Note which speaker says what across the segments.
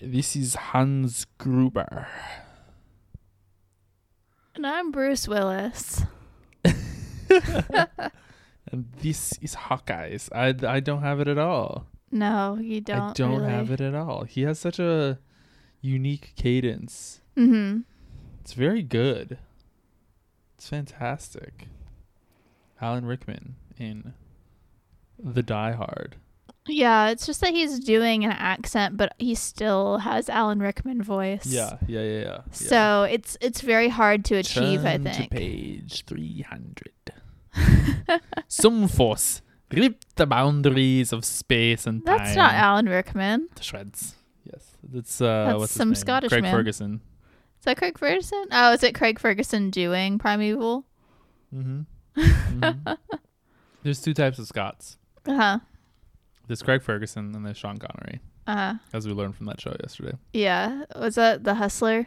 Speaker 1: This is Hans Gruber.
Speaker 2: And I'm Bruce Willis.
Speaker 1: And this is Hawkeyes. I, I don't have it at all.
Speaker 2: No, you don't.
Speaker 1: I don't have it at all. He has such a unique cadence.
Speaker 2: Mm-hmm.
Speaker 1: It's very good. It's fantastic. Alan Rickman in The Die Hard.
Speaker 2: Yeah, it's just that he's doing an accent, but he still has Alan Rickman voice.
Speaker 1: Yeah, yeah, yeah, yeah. yeah.
Speaker 2: So it's it's very hard to achieve, I
Speaker 1: Turn
Speaker 2: think.
Speaker 1: To page 300. Some force ripped the boundaries of space and time.
Speaker 2: That's not Alan Rickman.
Speaker 1: to shreds. Yes, that's uh,
Speaker 2: That's
Speaker 1: what's his
Speaker 2: some
Speaker 1: name?
Speaker 2: Scottish
Speaker 1: Craig
Speaker 2: man.
Speaker 1: Ferguson.
Speaker 2: Is that Craig Ferguson? Oh, is it Craig Ferguson doing Primeval?
Speaker 1: Mm-hmm. There's two types of Scots.
Speaker 2: Uh huh.
Speaker 1: There's Craig Ferguson and there's Sean Connery,
Speaker 2: Uh huh.
Speaker 1: as we learned from that show yesterday.
Speaker 2: Yeah. Was that The Hustler?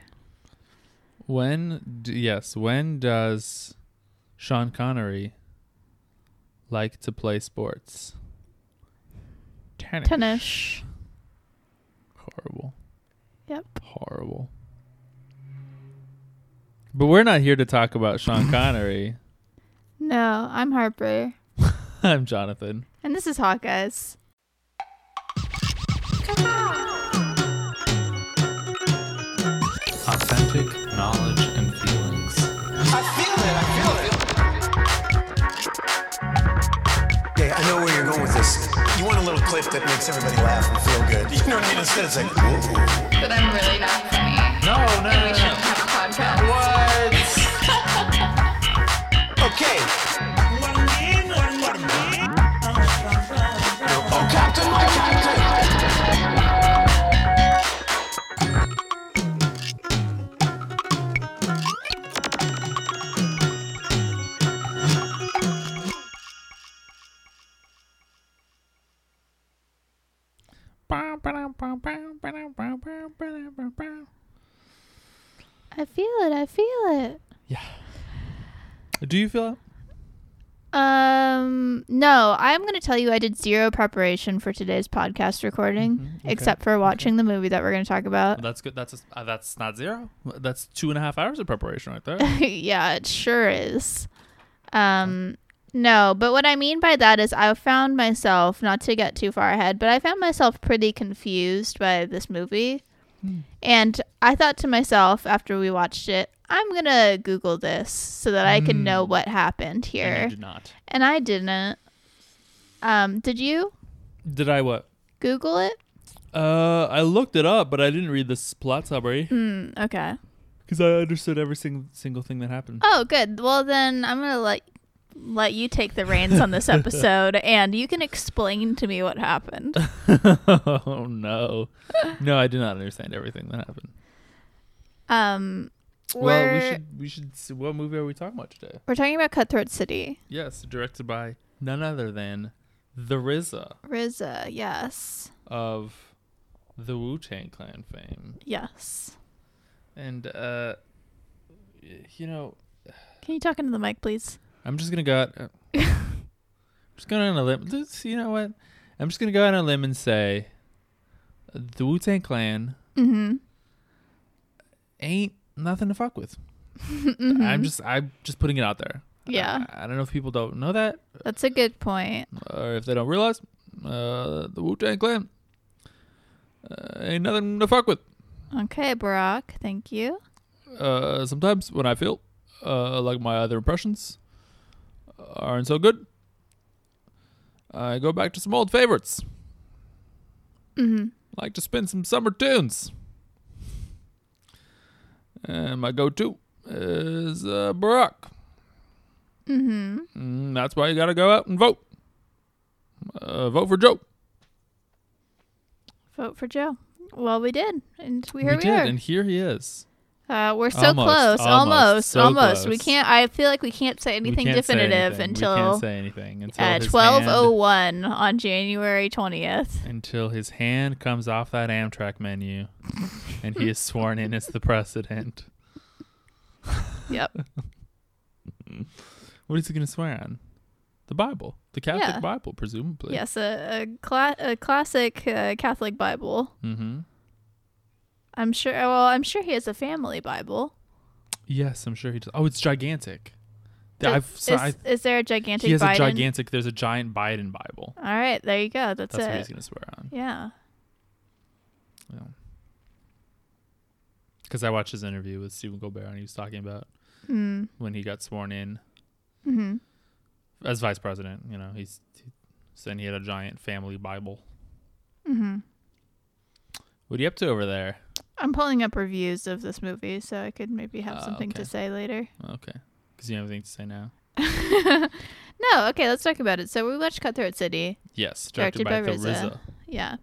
Speaker 1: When d- yes, when does Sean Connery like to play sports? Tennis.
Speaker 2: Tennis.
Speaker 1: Horrible.
Speaker 2: Yep.
Speaker 1: Horrible. But we're not here to talk about Sean Connery.
Speaker 2: No, I'm Harper.
Speaker 1: I'm Jonathan.
Speaker 2: And this is Hawkeyes.
Speaker 1: Authentic knowledge and feelings.
Speaker 3: I feel it. I feel it. Yeah, I know where you're going with this. You want a little clip that makes everybody laugh and feel good. You know what I mean? Instead, it's like, ooh.
Speaker 4: But I'm really not funny.
Speaker 3: No, no,
Speaker 4: We shouldn't have a podcast.
Speaker 3: What? okay. Oh, Captain, my Captain!
Speaker 2: I feel it. I feel it.
Speaker 1: Do you feel it?
Speaker 2: Um, no, I'm going to tell you I did zero preparation for today's podcast recording,
Speaker 1: Mhm, okay.
Speaker 2: except for watching the movie that we're going to talk about.
Speaker 1: that's good. That's uh, that's not zero. That's two and a half hours of preparation right there.
Speaker 2: yeah, it sure is. Um, no, but what I mean by that is I found myself, not to get too far ahead, but I found myself pretty confused by this movie.
Speaker 1: Hmm.
Speaker 2: And I thought to myself after we watched it, I'm going to Google this so that I can know what
Speaker 1: Hmm. And
Speaker 2: happened here.
Speaker 1: you did not.
Speaker 2: And I didn't. Um, did you
Speaker 1: Did I what?
Speaker 2: Google it?
Speaker 1: Uh, I looked it up, but I didn't read this plot summary
Speaker 2: Mm. Okay.
Speaker 1: because I understood every single single thing that happened.
Speaker 2: Oh, good. Well, then I'm gonna let let you take the reins on this episode, and you can explain to me what happened.
Speaker 1: oh no, no, I did not understand everything that happened.
Speaker 2: Um, we're
Speaker 1: Well, we should we should. See, what movie are we talking about today?
Speaker 2: we're talking about Cutthroat City.
Speaker 1: Yes, directed by none other than the RZA
Speaker 2: RZA, yes,
Speaker 1: of the Wu Tang Clan fame,
Speaker 2: yes.
Speaker 1: and uh, y- you know.
Speaker 2: Can you talk into the mic, please?
Speaker 1: I'm just gonna go out. uh, I'm just going on a limb. This, you know what? I'm just gonna go out on a limb and say, uh, the Wu Tang Clan
Speaker 2: Mm-hmm.
Speaker 1: ain't nothing to fuck with. I'm just, I'm just putting it out there.
Speaker 2: Mm-hmm. Yeah.
Speaker 1: I, I don't know if people don't know that,
Speaker 2: That's a good point.
Speaker 1: or if they don't realize, uh, the Wu Tang Clan uh, ain't nothing to fuck with.
Speaker 2: Okay, Barack, thank you.
Speaker 1: Uh, sometimes when I feel uh, like my other impressions aren't so good, I go back to some old favorites.
Speaker 2: Mm-hmm.
Speaker 1: like to spin some summer tunes. And my go-to is uh, Barack.
Speaker 2: Mm-hmm.
Speaker 1: Mm, that's why you gotta go out and vote. Uh, vote for Joe.
Speaker 2: Vote for Joe. Well, we did, and we here we,
Speaker 1: did,
Speaker 2: are.
Speaker 1: and here he is.
Speaker 2: Uh, we're so
Speaker 1: Almost,
Speaker 2: close,
Speaker 1: almost,
Speaker 2: almost,
Speaker 1: so
Speaker 2: almost. We
Speaker 1: close.
Speaker 2: can't. I feel like we can't say anything
Speaker 1: we can't say
Speaker 2: definitive
Speaker 1: anything.
Speaker 2: until
Speaker 1: we can't say anything until
Speaker 2: at
Speaker 1: his
Speaker 2: twelve oh
Speaker 1: hand-
Speaker 2: one on January twentieth.
Speaker 1: until his hand comes off that Amtrak menu, and he is sworn in as the president.
Speaker 2: Yep.
Speaker 1: What is he gonna swear on? The Bible, the Catholic
Speaker 2: Yeah.
Speaker 1: Bible, presumably.
Speaker 2: yes, a a, cla- a classic uh, Catholic Bible.
Speaker 1: Mm-hmm.
Speaker 2: I'm sure. Well, I'm sure he has a family Bible.
Speaker 1: Yes, I'm sure he does. Oh, it's gigantic.
Speaker 2: Does-
Speaker 1: I've, so
Speaker 2: is,
Speaker 1: I,
Speaker 2: is there a gigantic?
Speaker 1: he has
Speaker 2: Biden?
Speaker 1: a gigantic. There's a giant Biden Bible.
Speaker 2: All right, there you go. That's,
Speaker 1: That's what he's
Speaker 2: it.
Speaker 1: gonna swear on.
Speaker 2: Yeah.
Speaker 1: Because I watched his interview with Stephen Colbert, and he was talking about
Speaker 2: Mm-hmm.
Speaker 1: when he got sworn in as vice president. You know, he's he, saying he had a giant family Bible. Mm-hmm. What are you up to over there?
Speaker 2: I'm pulling up reviews of this movie, so I could maybe have
Speaker 1: Ah,
Speaker 2: something
Speaker 1: okay.
Speaker 2: to say later.
Speaker 1: Okay, because you have anything to say now.
Speaker 2: No, okay, let's talk about it. So we watched Cutthroat City.
Speaker 1: Yes, directed, by, the RZA.
Speaker 2: Yeah.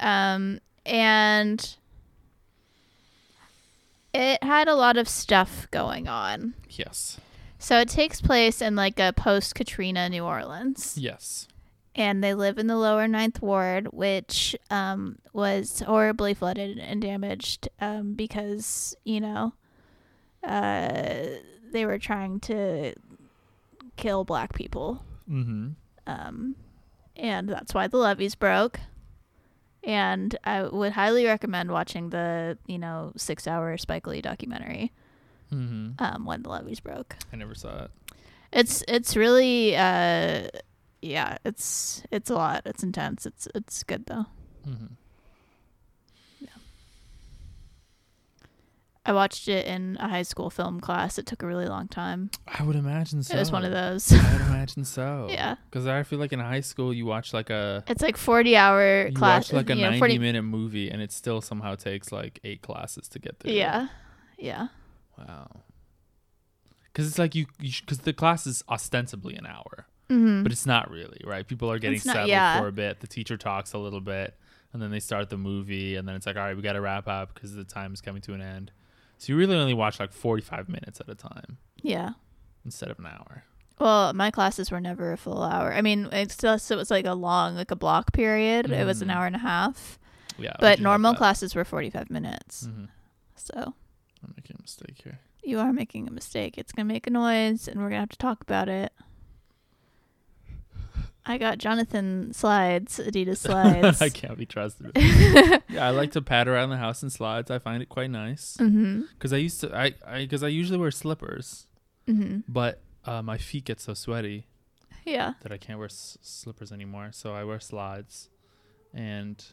Speaker 2: Um, and it had a lot of stuff going on.
Speaker 1: Yes,
Speaker 2: So it takes place in like a post Katrina New Orleans.
Speaker 1: yes,
Speaker 2: And they live in the lower ninth ward, which um, was horribly flooded and damaged um, because, you know, uh, they were trying to kill black people.
Speaker 1: mm-hmm.
Speaker 2: Um, and that's why the levees broke. And I would highly recommend watching the you know six hour Spike Lee documentary
Speaker 1: Mm-hmm.
Speaker 2: um, when the levees broke.
Speaker 1: I never saw it.
Speaker 2: It's it's really uh, yeah it's it's a lot. It's intense. It's it's good though.
Speaker 1: Mm-hmm.
Speaker 2: I watched it in a high school film class. It took a really long time.
Speaker 1: I would imagine so.
Speaker 2: It was one of those.
Speaker 1: I would imagine so.
Speaker 2: Yeah.
Speaker 1: Because I feel like in high school you watch like a
Speaker 2: it's like forty hour
Speaker 1: you watch
Speaker 2: class.
Speaker 1: like a
Speaker 2: you know,
Speaker 1: ninety
Speaker 2: 40
Speaker 1: minute movie and it still somehow takes like eight classes to get through.
Speaker 2: Yeah, yeah,
Speaker 1: Wow. Because it's like you because the class is ostensibly an hour,
Speaker 2: Mm-hmm.
Speaker 1: but it's not really right. People are getting
Speaker 2: It's not-
Speaker 1: settled
Speaker 2: yeah.
Speaker 1: for a bit. The teacher talks a little bit, and then they start the movie, and then it's like all right, we got to wrap up because the time is coming to an end. So you really only watch like forty five minutes at a time
Speaker 2: yeah.
Speaker 1: instead of an hour.
Speaker 2: Well, my classes were never a full hour. I mean, it's just, it was like a long, like a block period. It was an
Speaker 1: Mm.
Speaker 2: hour and a half.
Speaker 1: Yeah. we
Speaker 2: But
Speaker 1: do have
Speaker 2: normal
Speaker 1: that.
Speaker 2: classes were 45 minutes.
Speaker 1: Mhm.
Speaker 2: So
Speaker 1: I'm making a mistake here.
Speaker 2: you are making a mistake. It's going to make a noise and we're going to have to talk about it. I got Jonathan slides, Adidas slides.
Speaker 1: I can't be trusted. yeah, I like to pat around the house in slides. I find it quite nice
Speaker 2: mm-hmm.
Speaker 1: because I used to I because I, usually wear slippers,
Speaker 2: Mm-hmm.
Speaker 1: but uh, my feet get so sweaty
Speaker 2: Yeah.
Speaker 1: that I can't wear s- slippers anymore. So I wear slides, and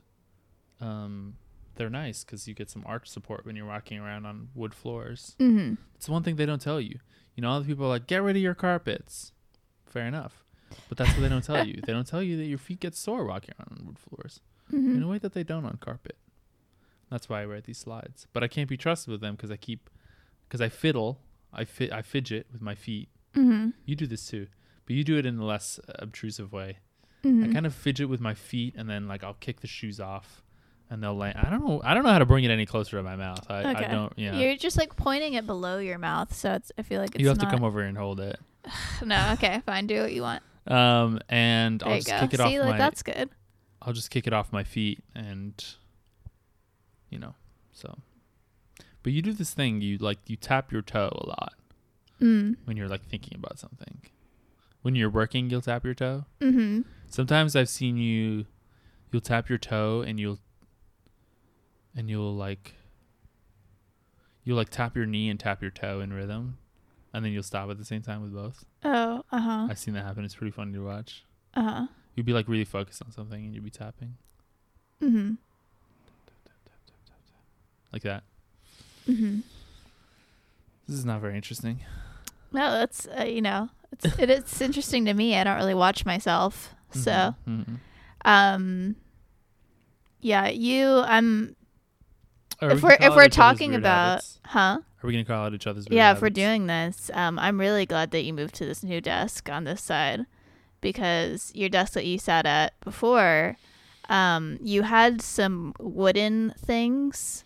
Speaker 1: um, they're nice because you get some arch support when you're walking around on wood floors.
Speaker 2: Mm-hmm.
Speaker 1: It's one thing they don't tell you. You know, all the people are like, get rid of your carpets. Fair enough. But that's what they don't tell you. They don't tell you that your feet get sore walking around on wood floors
Speaker 2: Mm-hmm.
Speaker 1: in
Speaker 2: Mm.
Speaker 1: a way that they don't on carpet. That's why I wear these slides. But I can't be trusted with them because I keep, because I fiddle, I, fi- I fidget with my feet.
Speaker 2: Mm-hmm.
Speaker 1: You do this too, but you do it in a less uh, obtrusive way. I
Speaker 2: Mm-hmm.
Speaker 1: kind of fidget with my feet and then like I'll kick the shoes off and they'll land. I don't know. I don't know how to bring it any closer to my mouth. I, I don't, yeah.
Speaker 2: You're just like pointing it below your mouth, so it's. I feel like it's
Speaker 1: you have
Speaker 2: not,
Speaker 1: to come over and hold it.
Speaker 2: No, okay, fine. Do what you want.
Speaker 1: um, and
Speaker 2: There
Speaker 1: I'll
Speaker 2: you
Speaker 1: just
Speaker 2: go.
Speaker 1: kick it
Speaker 2: See,
Speaker 1: off
Speaker 2: like
Speaker 1: my
Speaker 2: that's good.
Speaker 1: I'll just kick it off my feet and you know so but you do this thing you like you tap your toe a lot
Speaker 2: Mm.
Speaker 1: when you're like thinking about something when you're working you'll tap your toe
Speaker 2: Mm-hmm.
Speaker 1: sometimes I've seen you you'll tap your toe and you'll and you'll like you'll like tap your knee and tap your toe in rhythm and then you'll stop at the same time with both
Speaker 2: Oh, uh huh.
Speaker 1: I've seen that happen it's pretty funny to watch
Speaker 2: Uh huh.
Speaker 1: you'd be like really focused on something and you'd be tapping
Speaker 2: Mm
Speaker 1: like that
Speaker 2: hmm. Mm hmm.
Speaker 1: This is not very interesting.
Speaker 2: No, that's, uh, you know, it's, it, it's interesting to me. I don't really watch myself. So,
Speaker 1: Mhm.
Speaker 2: um, yeah, you, I'm,
Speaker 1: Or we
Speaker 2: if
Speaker 1: can call
Speaker 2: we're,
Speaker 1: out
Speaker 2: if we're
Speaker 1: each other's
Speaker 2: talking
Speaker 1: weird
Speaker 2: about,
Speaker 1: habits.
Speaker 2: huh?
Speaker 1: are we gonna call out each other's? Weird
Speaker 2: Yeah, if we're
Speaker 1: habits?
Speaker 2: doing this, um, I'm really glad that you moved to this new desk on this side because your desk that you sat at before, um, you had some wooden things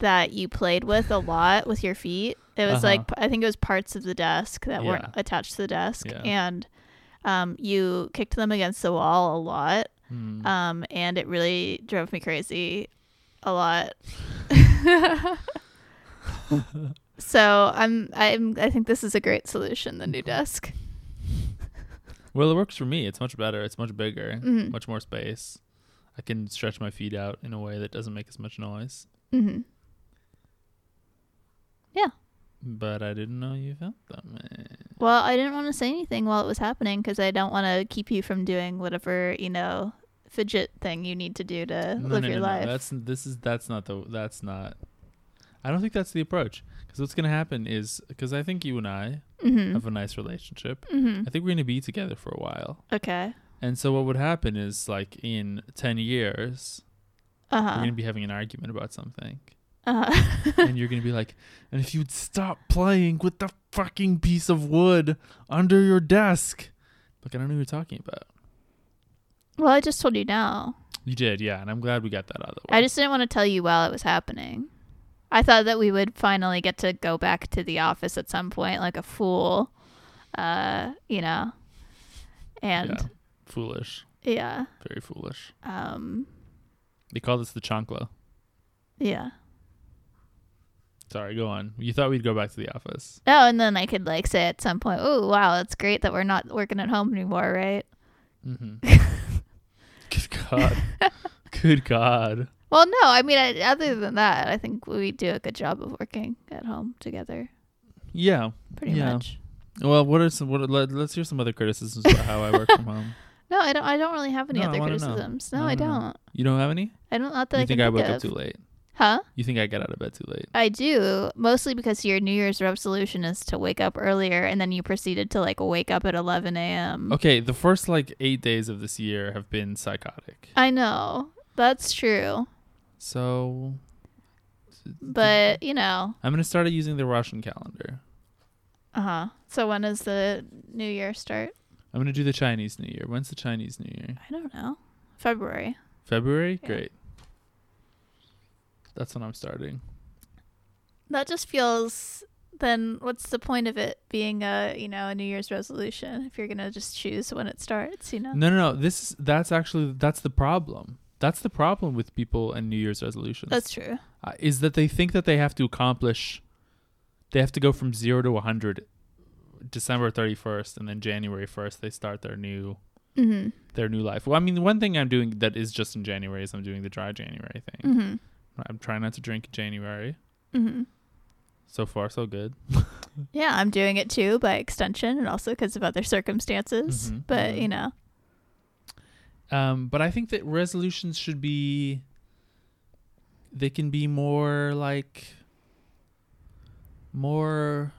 Speaker 2: that you played with a lot with your feet. It was
Speaker 1: Uh-huh.
Speaker 2: like p- I think it was parts of the desk that weren't
Speaker 1: Yeah.
Speaker 2: attached to the desk,
Speaker 1: Yeah.
Speaker 2: and um, you kicked them against the wall a lot,
Speaker 1: Mm.
Speaker 2: um, and it really drove me crazy a lot. so I'm I'm I think this is a great solution, the new desk.
Speaker 1: well, it works for me. It's much better. It's much
Speaker 2: Mm-hmm.
Speaker 1: bigger. Much more space. I can stretch my feet out in a way that doesn't make as much noise.
Speaker 2: hmm Yeah.
Speaker 1: But I didn't know you felt that way.
Speaker 2: Well, I didn't want to say anything while it was happening because I don't want to keep you from doing whatever you know fidget thing you need to do to
Speaker 1: No,
Speaker 2: live
Speaker 1: no,
Speaker 2: your
Speaker 1: no, no.
Speaker 2: life.
Speaker 1: That's this is that's not the that's not. I don't think that's the approach. Because what's gonna happen is because I think you and I
Speaker 2: Hmm? Mm-hmm.
Speaker 1: have a nice relationship.
Speaker 2: Mhm.
Speaker 1: I think we're gonna be together for a while.
Speaker 2: okay.
Speaker 1: And so what would happen is like in ten years
Speaker 2: Uh
Speaker 1: we're
Speaker 2: huh.
Speaker 1: gonna be having an argument about something.
Speaker 2: Uh-huh.
Speaker 1: and you're gonna be like, and if you'd stop playing with the fucking piece of wood under your desk. Like I don't know what you're talking about.
Speaker 2: well, I just told you now.
Speaker 1: You did, yeah, and I'm glad we got that out of the way.
Speaker 2: I just didn't want to tell you while it was happening. I thought that we would finally get to go back to the office at some point, like a fool, uh, you know.
Speaker 1: yeah.
Speaker 2: And
Speaker 1: Foolish.
Speaker 2: yeah,
Speaker 1: Very foolish.
Speaker 2: um,
Speaker 1: They call this the chancla.
Speaker 2: yeah.
Speaker 1: Sorry, go on. You thought we'd go back to the office.
Speaker 2: Oh, and then I could like say at some point, "Oh, wow, it's great that we're not working at home anymore, right?"
Speaker 1: Mm-hmm. Good God. Good God.
Speaker 2: Well, no, I mean, I, other than that, I think we do a good job of working at home together,
Speaker 1: Yeah.
Speaker 2: pretty
Speaker 1: Yeah.
Speaker 2: much.
Speaker 1: Well, what are some? What are, let, let's hear some other criticisms about how I work from home.
Speaker 2: No, I don't. I don't really have any
Speaker 1: No, I
Speaker 2: other
Speaker 1: wanna know.
Speaker 2: criticisms. No,
Speaker 1: No,
Speaker 2: I
Speaker 1: no, no.
Speaker 2: don't.
Speaker 1: You don't have any?
Speaker 2: I don't. Not that
Speaker 1: you
Speaker 2: I
Speaker 1: think I
Speaker 2: can think
Speaker 1: woke
Speaker 2: of.
Speaker 1: up too late?
Speaker 2: Huh?
Speaker 1: You think I got out of bed too late?
Speaker 2: I do mostly because your New Year's resolution is to wake up earlier, and then you proceeded to like wake up at 11 a.m.
Speaker 1: Okay, the first like eight days of this year have been psychotic.
Speaker 2: I know that's true,
Speaker 1: So
Speaker 2: but you know,
Speaker 1: I'm gonna start using the Russian calendar.
Speaker 2: uh huh. So when does the New Year start?
Speaker 1: I'm gonna do the Chinese New Year. When's the Chinese New Year?
Speaker 2: I don't know. February.
Speaker 1: February?
Speaker 2: Yeah.
Speaker 1: Great. That's when I'm starting.
Speaker 2: That just feels. Then what's the point of it being a you know a New Year's resolution if you're gonna just choose when it starts? You know.
Speaker 1: No, no, no. This is that's actually that's the problem. That's the problem with people and New Year's resolutions.
Speaker 2: That's true.
Speaker 1: uh, is that they think that they have to accomplish they have to go from 0 to 100 December 31st and then January 1st they start their new
Speaker 2: Mm-hmm.
Speaker 1: their new life. Well, I mean, one thing I'm doing that is just in January is I'm doing the dry January thing.
Speaker 2: Mm-hmm.
Speaker 1: I'm trying not to drink in January.
Speaker 2: Mm-hmm.
Speaker 1: So far, so good.
Speaker 2: Yeah, I'm doing it too by extension and also because of other circumstances.
Speaker 1: Mhm,
Speaker 2: But
Speaker 1: mhm.
Speaker 2: you know,
Speaker 1: Um, but I think that resolutions should be. They can be more like. More.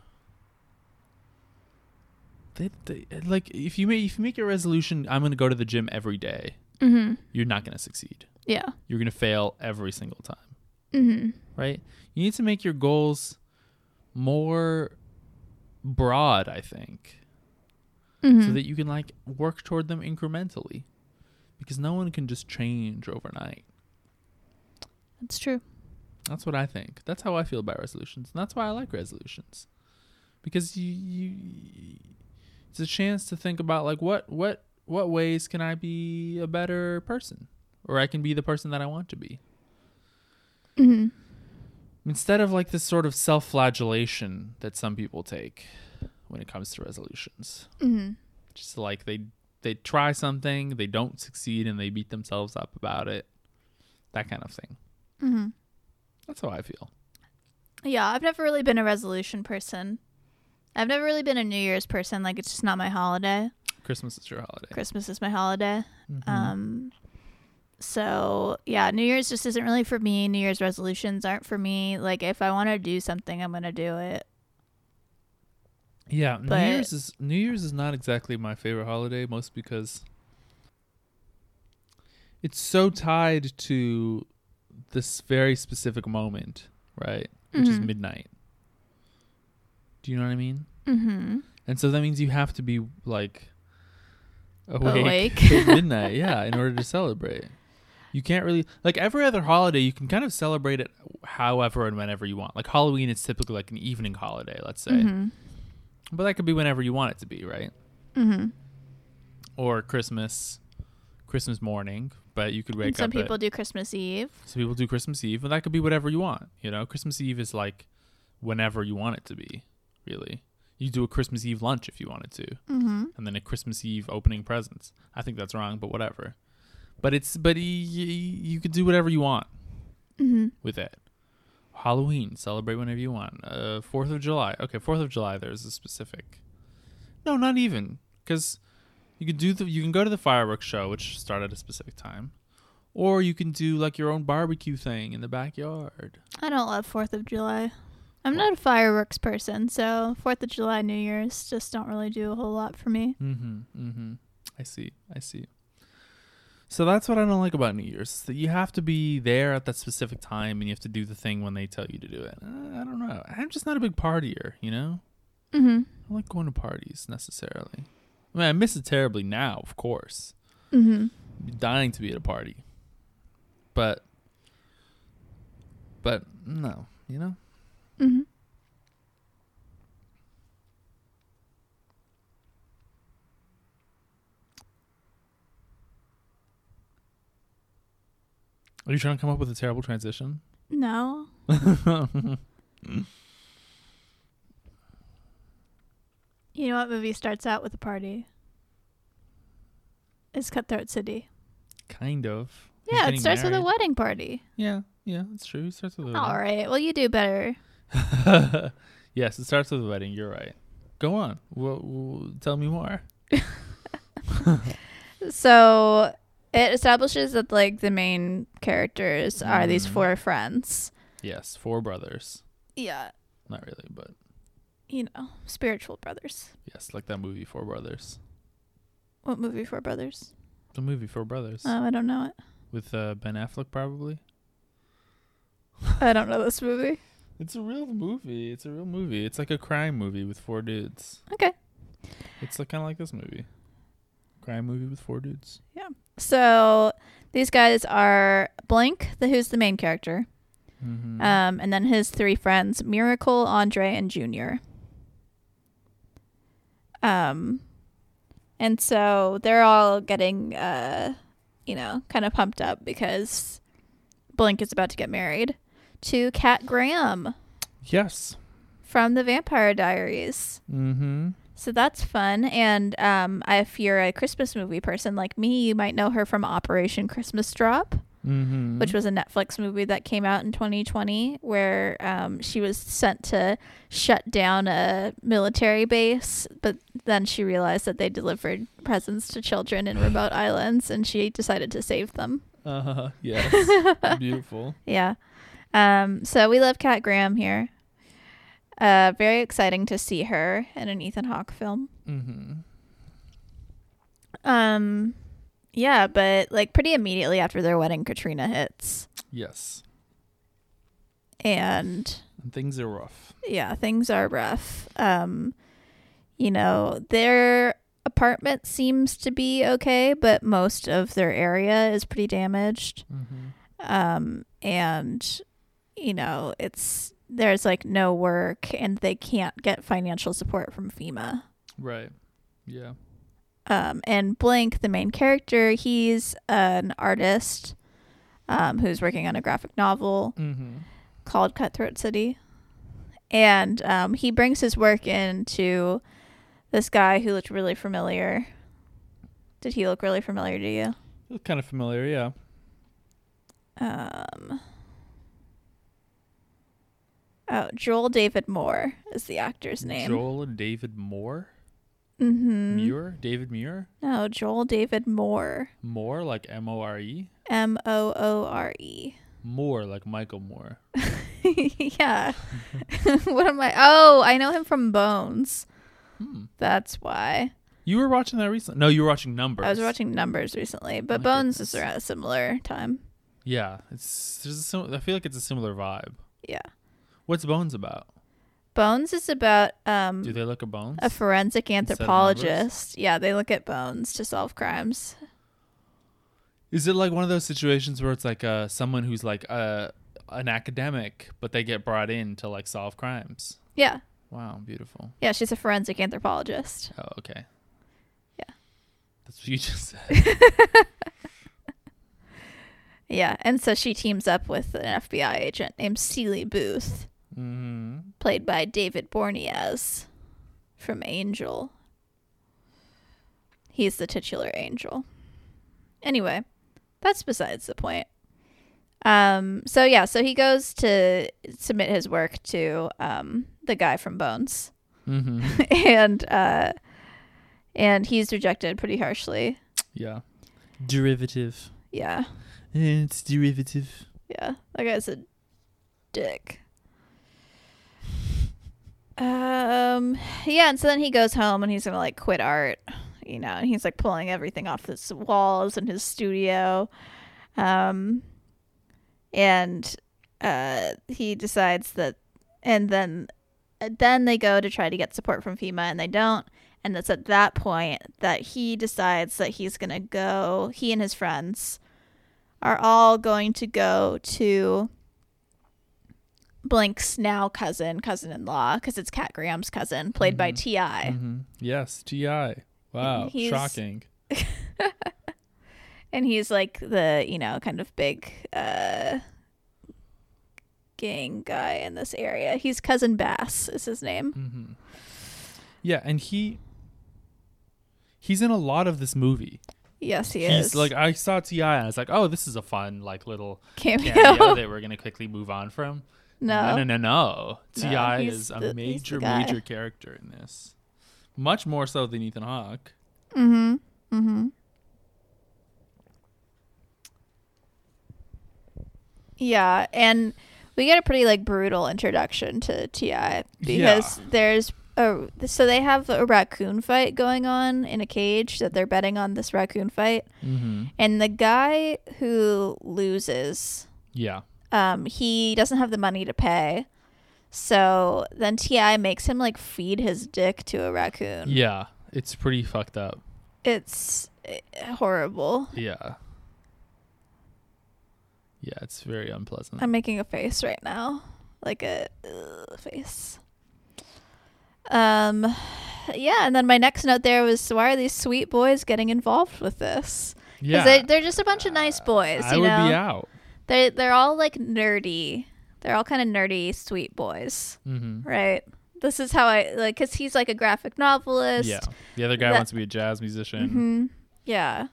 Speaker 1: They, they, like if you make if you make a resolution, I'm going to go to the gym every day.
Speaker 2: mm-hmm.
Speaker 1: You're not going to succeed.
Speaker 2: yeah,
Speaker 1: You're going to fail every single time.
Speaker 2: mm-hmm.
Speaker 1: right? You need to make your goals more broad, I think,
Speaker 2: Mm-hmm.
Speaker 1: so that you can like work toward them incrementally. Because no one can just change overnight.
Speaker 2: that's true.
Speaker 1: That's what I think. That's how I feel about resolutions, and that's why I like resolutions. Because you, you it's a chance to think about like what what what ways can I be a better person or I can be the person that I want to be.
Speaker 2: Mm-hmm.
Speaker 1: instead of like this sort of self-flagellation that some people take when it comes to resolutions
Speaker 2: Mm-hmm.
Speaker 1: just like they they try something they don't succeed and they beat themselves up about it that kind of thing
Speaker 2: Mm-hmm.
Speaker 1: that's how i feel
Speaker 2: Yeah, I've never really been a resolution person. I've never really been a New Year's person. Like it's just not my holiday.
Speaker 1: christmas is your holiday
Speaker 2: Christmas is my holiday.
Speaker 1: Mm-hmm.
Speaker 2: Um, so yeah, New Year's just isn't really for me. New Year's resolutions aren't for me. Like if I want to do something, I'm gonna do it.
Speaker 1: yeah
Speaker 2: but-
Speaker 1: new year's is new year's is not exactly my favorite holiday most because it's so tied to this very specific moment right which is
Speaker 2: Mhm.
Speaker 1: midnight do you know what i mean
Speaker 2: Mm-hmm.
Speaker 1: And so that means you have to be like awake,
Speaker 2: Awake.
Speaker 1: at midnight, yeah, in order to celebrate. You can't really like every other holiday. You can kind of celebrate it however and whenever you want. Like Halloween, it's typically like an evening holiday, let's say,
Speaker 2: Mm-hmm.
Speaker 1: but that could be whenever you want it to be, right?
Speaker 2: Mm-hmm.
Speaker 1: Or Christmas, Christmas morning, but you could wake
Speaker 2: And some
Speaker 1: up. at-
Speaker 2: people do Christmas Eve.
Speaker 1: some people do Christmas Eve, but that could be whatever you want. You know, Christmas Eve is like whenever you want it to be. Really, you do a Christmas Eve lunch if you wanted to.
Speaker 2: Mm-hmm.
Speaker 1: and then a Christmas Eve opening presents. I think that's wrong, but whatever. But it's but y- y- you could do whatever you want
Speaker 2: Mm-hmm.
Speaker 1: with it. Halloween, celebrate whenever you want. Uh, Fourth of July. Okay, Fourth of July. There's a specific. No, not even because you can do the you can go to the fireworks show, which start at a specific time, or you can do like your own barbecue thing in the backyard.
Speaker 2: I don't love Fourth of July. I'm not a fireworks person, so Fourth of July, New Year's just don't really do a whole lot for me.
Speaker 1: Mm-hmm. Mm-hmm. I see. I see. So that's what I don't like about New Year's. is That you have to be there at that specific time, and you have to do the thing when they tell you to do it. Uh, I don't know. I'm just not a big partier, you know.
Speaker 2: Mhm.
Speaker 1: I don't like going to parties necessarily. I mean, I miss it terribly now, of course.
Speaker 2: Mhm.
Speaker 1: Dying to be at a party, but, but no, you know.
Speaker 2: Mhm.
Speaker 1: Are you trying to come up with a terrible transition?
Speaker 2: No. you know what movie starts out with a party? It's Cutthroat City.
Speaker 1: Kind of. He's
Speaker 2: Yeah, it
Speaker 1: getting
Speaker 2: starts with a
Speaker 1: married.
Speaker 2: wedding party.
Speaker 1: Yeah, yeah, that's true. It starts with a
Speaker 2: All
Speaker 1: wedding.
Speaker 2: right. Well, you do better.
Speaker 1: yes, it starts with a wedding. You're right. Go on. Well, well, tell me more.
Speaker 2: So it establishes that like the main characters are these
Speaker 1: Mhm.
Speaker 2: four friends.
Speaker 1: Yes, four brothers.
Speaker 2: Yeah,
Speaker 1: Not really, but
Speaker 2: you know, spiritual brothers.
Speaker 1: yes, like that movie Four Brothers.
Speaker 2: What movie? Four brothers?
Speaker 1: The movie Four Brothers
Speaker 2: Oh, I don't know it.
Speaker 1: with uh, Ben Affleck, probably.
Speaker 2: I don't know this movie.
Speaker 1: It's a real movie. It's a real movie. It's like a crime movie with four dudes.
Speaker 2: Okay.
Speaker 1: It's like, kind of like this movie. Crime movie with four dudes.
Speaker 2: So these guys are Blank, the who's the main character,
Speaker 1: Mm-hmm.
Speaker 2: um, and then his three friends, Miracle, Andre, and Junior. Um, and so they're all getting, uh, you know, kind of pumped up because Blink is about to get married to Cat Graham
Speaker 1: yes.
Speaker 2: from the Vampire Diaries.
Speaker 1: Mm-hmm.
Speaker 2: So that's fun. And um, if you're a Christmas movie person like me, you might know her from Operation Christmas Drop,
Speaker 1: Mm-hmm.
Speaker 2: which was a Netflix movie that came out in 2020, where um, she was sent to shut down a military base, but then she realized that they delivered presents to children in remote islands, and she decided to save them.
Speaker 1: Uh, yes. Beautiful.
Speaker 2: Yeah. Um, so we love Kat Graham here. Uh, very exciting to see her in an Ethan Hawke film.
Speaker 1: Mm-hmm.
Speaker 2: Um, yeah, but like pretty immediately after their wedding, Katrina hits,
Speaker 1: Yes.
Speaker 2: and
Speaker 1: And things are rough.
Speaker 2: yeah, things are rough. Um, you know, their apartment seems to be okay, but most of their area is pretty damaged.
Speaker 1: Mm-hmm.
Speaker 2: Um, and you know, it's there's like no work, and they can't get financial support from FEMA.
Speaker 1: Right. Yeah.
Speaker 2: um, and blank the main character he's an artist um, who's working on a graphic novel
Speaker 1: Mm-hmm.
Speaker 2: called cutthroat city and um, he brings his work into this guy who looked really familiar did he look really familiar to you
Speaker 1: It's kind of familiar, yeah.
Speaker 2: um, oh joel david moore is the actor's name
Speaker 1: Joel and David Moore?
Speaker 2: mm-hmm.
Speaker 1: Muir? David Muir?
Speaker 2: no joel david moore
Speaker 1: Moore, like M O R E?
Speaker 2: m-o-o-r-e
Speaker 1: Moore, like Michael Moore.
Speaker 2: yeah. what am I? Oh, I know him from Bones.
Speaker 1: Hmm.
Speaker 2: That's why
Speaker 1: You were watching that recently? No, you were watching Numbers.
Speaker 2: I was watching Numbers recently, but
Speaker 1: Oh My
Speaker 2: Bones is
Speaker 1: goodness.
Speaker 2: around a similar time.
Speaker 1: Yeah. It's there's a sim- I feel like it's a similar vibe.
Speaker 2: Yeah.
Speaker 1: What's Bones about?
Speaker 2: Bones is about
Speaker 1: Do
Speaker 2: um
Speaker 1: they look at bones?
Speaker 2: a forensic
Speaker 1: Instead of
Speaker 2: anthropologist. Yeah, they look at bones to solve crimes.
Speaker 1: Is it like one of those situations where it's like uh, someone who's like uh, an academic, but they get brought in to like solve crimes?
Speaker 2: Yeah.
Speaker 1: Wow, beautiful.
Speaker 2: Yeah, she's a forensic anthropologist.
Speaker 1: Oh, okay.
Speaker 2: Yeah.
Speaker 1: That's what you just said.
Speaker 2: Yeah, and so she teams up with an FBI agent named Seeley Booth,
Speaker 1: mm-hmm.
Speaker 2: played by David Borneas from Angel. He's the titular angel. Anyway, that's besides the point. Um, so yeah, so he goes to submit his work to um, the guy from Bones,
Speaker 1: hmm
Speaker 2: and uh, and he's rejected pretty harshly.
Speaker 1: Yeah. Derivative.
Speaker 2: Yeah,
Speaker 1: It's derivative.
Speaker 2: yeah, that guy's a dick. Um, yeah, and so then he goes home and he's gonna like quit art, you know, and he's like pulling everything off his walls in his studio, um, and uh, he decides that, and then, uh, then they go to try to get support from FEMA, and they don't, and it's at that point that he decides that he's gonna go. He and his friends are all going to go to Blink's now cousin, cousin-in-law, because it's Cat Graham's cousin, played by Ti.
Speaker 1: hmm Yes, GI. Wow,
Speaker 2: Eh. He's-
Speaker 1: shocking.
Speaker 2: and he's like the you know kind of big uh gang guy in this area he's cousin bass is his name
Speaker 1: Mm-hmm. Yeah, and he he's in a lot of this movie.
Speaker 2: yes he
Speaker 1: He's
Speaker 2: is
Speaker 1: like I saw Ti and I was like, oh, this is a fun like little
Speaker 2: cameo
Speaker 1: cameo that we're gonna quickly move on from.
Speaker 2: no
Speaker 1: no, no, no. no.
Speaker 2: No,
Speaker 1: Ti
Speaker 2: he's
Speaker 1: is a
Speaker 2: the- he's the
Speaker 1: major,
Speaker 2: guy.
Speaker 1: major character in this, much more so than Ethan Hawke.
Speaker 2: yeah and we get a pretty like brutal introduction to ti because there's a so they have a raccoon fight going on in a cage that they're betting on this raccoon fight
Speaker 1: Mm-hmm.
Speaker 2: and the guy who loses
Speaker 1: Yeah.
Speaker 2: um, he doesn't have the money to pay. So then Ti makes him like feed his dick to a raccoon.
Speaker 1: Yeah. It's pretty fucked up.
Speaker 2: It's eh, horrible.
Speaker 1: Yeah. Yeah, it's very unpleasant.
Speaker 2: I'm making a face right now, like a ugh, face. Um, yeah. And then my next note there was, why are these sweet boys getting involved with this?
Speaker 1: yeah.
Speaker 2: Because they, they're just a bunch of nice boys,
Speaker 1: I
Speaker 2: you
Speaker 1: would
Speaker 2: know.
Speaker 1: be out.
Speaker 2: They they're all like nerdy. They're all kind of nerdy, sweet boys.
Speaker 1: Mm-hmm.
Speaker 2: Right. This is how I like cuz he's like a graphic novelist.
Speaker 1: Yeah. Mm-hmm. The other guy
Speaker 2: That-
Speaker 1: wants to be a jazz musician.
Speaker 2: Yeah.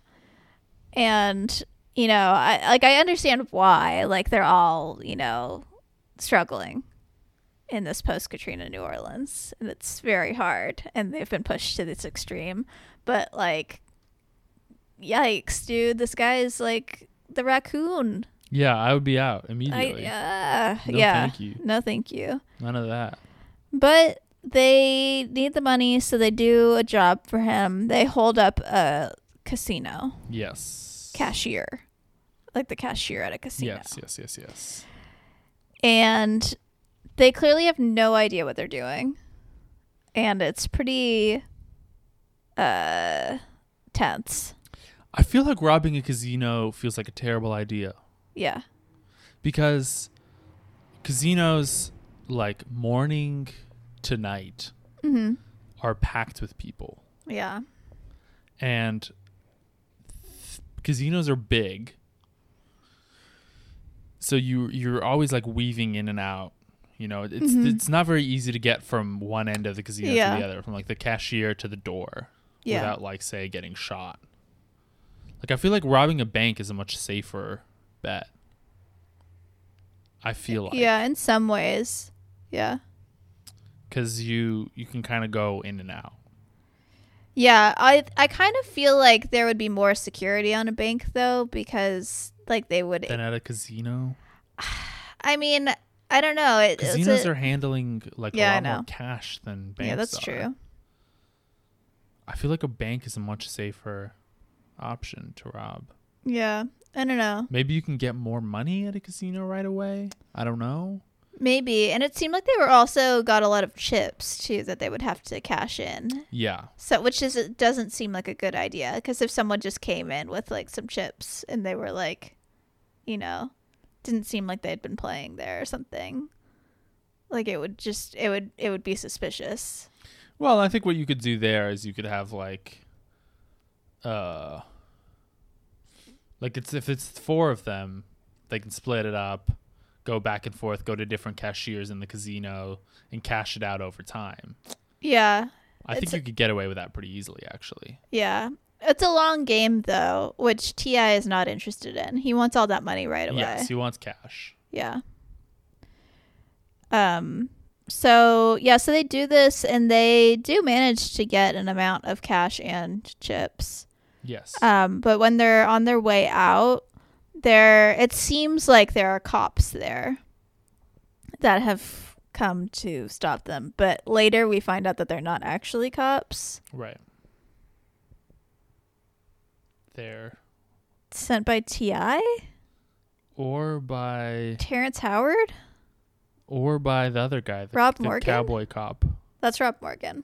Speaker 2: And you know, I like I understand why like they're all, you know, struggling in this post Katrina New Orleans and it's very hard and they've been pushed to this extreme. But like yikes, dude, this guy is like the raccoon.
Speaker 1: Yeah, I would be out
Speaker 2: I,
Speaker 1: immediately.
Speaker 2: yeah.
Speaker 1: No
Speaker 2: yeah.
Speaker 1: thank you.
Speaker 2: No thank you.
Speaker 1: None of that.
Speaker 2: But they need the money, so they do a job for him. They hold up a casino
Speaker 1: Yes.
Speaker 2: cashier, like the cashier at a casino.
Speaker 1: Yes, yes, yes, yes.
Speaker 2: And they clearly have no idea what they're doing. And it's pretty uh tense.
Speaker 1: I feel like robbing a casino feels like a terrible idea.
Speaker 2: Yeah.
Speaker 1: because casinos like morning to night are packed with people
Speaker 2: Mm-hmm. Yeah.
Speaker 1: and th- casinos are big so you you're always like weaving in and out you know it's it's not very easy to get from one end of the casino
Speaker 2: Mm-hmm. Yeah.
Speaker 1: to the other from like the cashier to the door
Speaker 2: Yeah.
Speaker 1: without like say getting shot like i feel like robbing a bank is a much safer bet i feel like
Speaker 2: yeah, in some ways. Yeah.
Speaker 1: because you you can kind of go in and out
Speaker 2: Yeah, I I kind of feel like there would be more security on a bank though because like they would
Speaker 1: then at a casino
Speaker 2: I mean, I don't know. It, it's
Speaker 1: casinos
Speaker 2: a-
Speaker 1: are handling like
Speaker 2: Yeah,
Speaker 1: a
Speaker 2: I
Speaker 1: lot
Speaker 2: know.
Speaker 1: more cash than banks
Speaker 2: yeah, that's
Speaker 1: are.
Speaker 2: true.
Speaker 1: i feel like a bank is a much safer option to rob
Speaker 2: Yeah, I don't know.
Speaker 1: maybe you can get more money at a casino right away i don't know
Speaker 2: Maybe, and it seemed like they were also got a lot of chips too that they would have to cash in.
Speaker 1: yeah
Speaker 2: So, which is it doesn't seem like a good idea because if someone just came in with like some chips and they were like, you know, didn't seem like they'd been playing there or something, like it would just it would it would be suspicious.
Speaker 1: well i think what you could do there is you could have like uh like it's if it's four of them they can split it up go back and forth go to different cashiers in the casino and cash it out over time
Speaker 2: Yeah,
Speaker 1: I think
Speaker 2: It's-
Speaker 1: you could get away with that pretty easily, actually.
Speaker 2: Yeah. It's a long game though, which Ti is not interested in. He wants all that money right away.
Speaker 1: Yes, he wants cash.
Speaker 2: Yeah. Um so yeah, so they do this and they do manage to get an amount of cash and chips.
Speaker 1: Yes.
Speaker 2: Um but when they're on their way out, there it seems like there are cops there that have come to stop them. But later we find out that they're not actually cops
Speaker 1: right. There.
Speaker 2: sent by TI,
Speaker 1: Or by
Speaker 2: Terrence Howard.
Speaker 1: or by the other guy, the,
Speaker 2: Rob
Speaker 1: the
Speaker 2: Morgan?
Speaker 1: cowboy cop.
Speaker 2: That's Rob Morgan,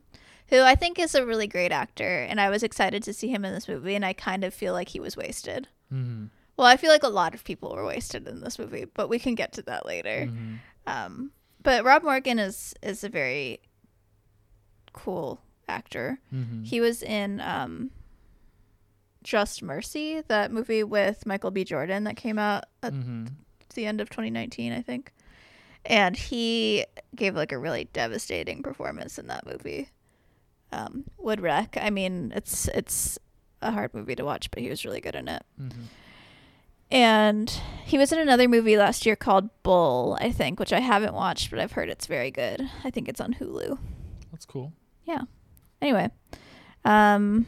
Speaker 2: who I think is a really great actor, and I was excited to see him in this movie, and I kind of feel like he was wasted.
Speaker 1: Mhm.
Speaker 2: Well, I feel like a lot of people were wasted in this movie, but we can get to that later.
Speaker 1: mm-hmm,
Speaker 2: Um, but Rob Morgan is is a very cool actor.
Speaker 1: mm-hmm, Mm.
Speaker 2: He was in um, Just Mercy, that movie with Michael B. Jordan that came out at
Speaker 1: mm-hmm.
Speaker 2: the end of 2019, I think. And he gave like a really devastating performance in that movie. Um, would wreck. I mean, it's it's a hard movie to watch, but he was really good in it.
Speaker 1: Mm-hmm.
Speaker 2: And he was in another movie last year called Bull, I think, which I haven't watched, but I've heard it's very good. I think it's on Hulu.
Speaker 1: That's cool.
Speaker 2: Yeah. Anyway, um,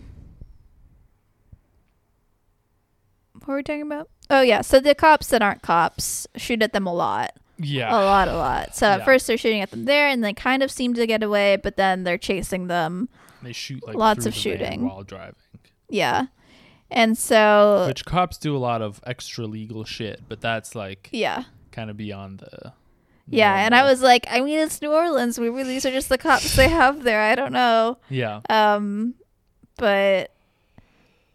Speaker 2: what were we talking about? Oh yeah, so the cops that aren't cops shoot at them a lot,
Speaker 1: Yeah.
Speaker 2: a lot, a lot. So at
Speaker 1: Yeah.
Speaker 2: first they're shooting at them there, and they kind of seem to get away, but then they're chasing them.
Speaker 1: They shoot like
Speaker 2: Oh, Lots
Speaker 1: through
Speaker 2: of
Speaker 1: the van
Speaker 2: shooting.
Speaker 1: while driving.
Speaker 2: Yeah, and so
Speaker 1: Which cops do a lot of extra legal shit, but that's like
Speaker 2: yeah.
Speaker 1: kind of beyond the
Speaker 2: Yeah, and I
Speaker 1: normal.
Speaker 2: was like, I mean, it's New Orleans. We really, these are just the cops they have there. I don't know,
Speaker 1: Yeah.
Speaker 2: um, but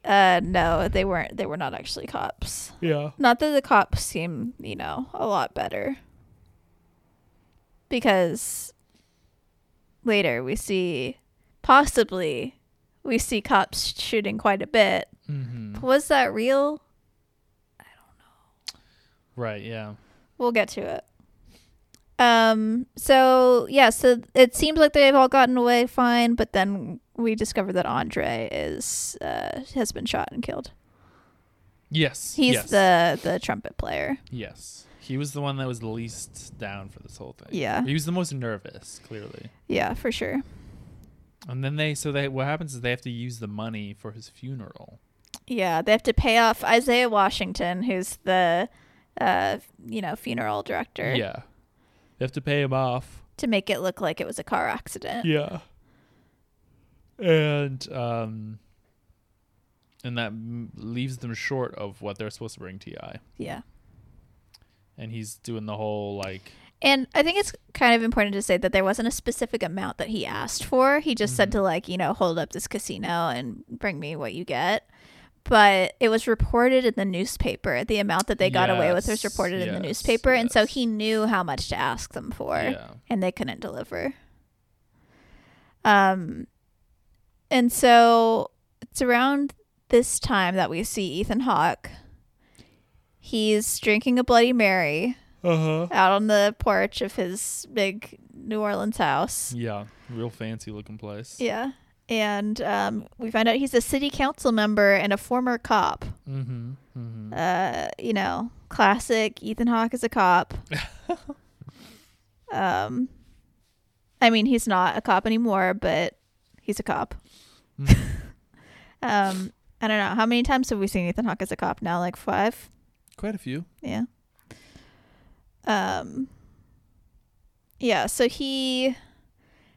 Speaker 2: uh, no, they weren't. They were not actually cops.
Speaker 1: yeah.
Speaker 2: Not that the cops seem, you know, a lot better. Because later we see, possibly, we see cops shooting quite a bit.
Speaker 1: hmm
Speaker 2: But was that real?
Speaker 1: Right, yeah.
Speaker 2: We'll get to it. Um. So yeah. So it seems like they've all gotten away fine, but then we discover that Andre is uh, has been shot and killed.
Speaker 1: Yes.
Speaker 2: He's
Speaker 1: yes.
Speaker 2: the the trumpet player.
Speaker 1: Yes. He was the one that was the least down for this whole thing.
Speaker 2: Yeah.
Speaker 1: He was the most nervous, clearly.
Speaker 2: Yeah, for sure.
Speaker 1: And then they so they what happens is they have to use the money for his funeral.
Speaker 2: Yeah, they have to pay off Isaiah Washington, who's the, uh, you know, funeral director,
Speaker 1: Yeah. They have to pay him off.
Speaker 2: to make it look like it was a car accident.
Speaker 1: Yeah. And um and that m- leaves them short of what they're supposed to bring TI.
Speaker 2: Yeah.
Speaker 1: And he's doing the whole like
Speaker 2: And I think it's kind of important to say that there wasn't a specific amount that he asked for. He just
Speaker 1: Mm-hmm.
Speaker 2: said to like, you know, hold up this casino and bring me what you get. But it was reported in the newspaper. The amount that they got away with was
Speaker 1: Yes,
Speaker 2: reported in the
Speaker 1: yes,
Speaker 2: newspaper, and so
Speaker 1: yes.
Speaker 2: he knew how much to ask them for.
Speaker 1: yeah.
Speaker 2: and they couldn't deliver. Um, and so it's around this time that we see Ethan Hawke. He's drinking a Bloody Mary
Speaker 1: Uh-huh.
Speaker 2: out on the porch of his big New Orleans house.
Speaker 1: Yeah, real fancy looking place.
Speaker 2: Yeah. And um, we find out he's a city council member and a former cop.
Speaker 1: Mm-hmm. mm-hmm.
Speaker 2: Uh, you know, classic Ethan Hawke is a cop. um, I mean, he's not a cop anymore, but he's a cop. um, I don't know how many times have we seen Ethan Hawke as a cop now? Like five.
Speaker 1: Quite a few.
Speaker 2: Yeah. Um. Yeah. So he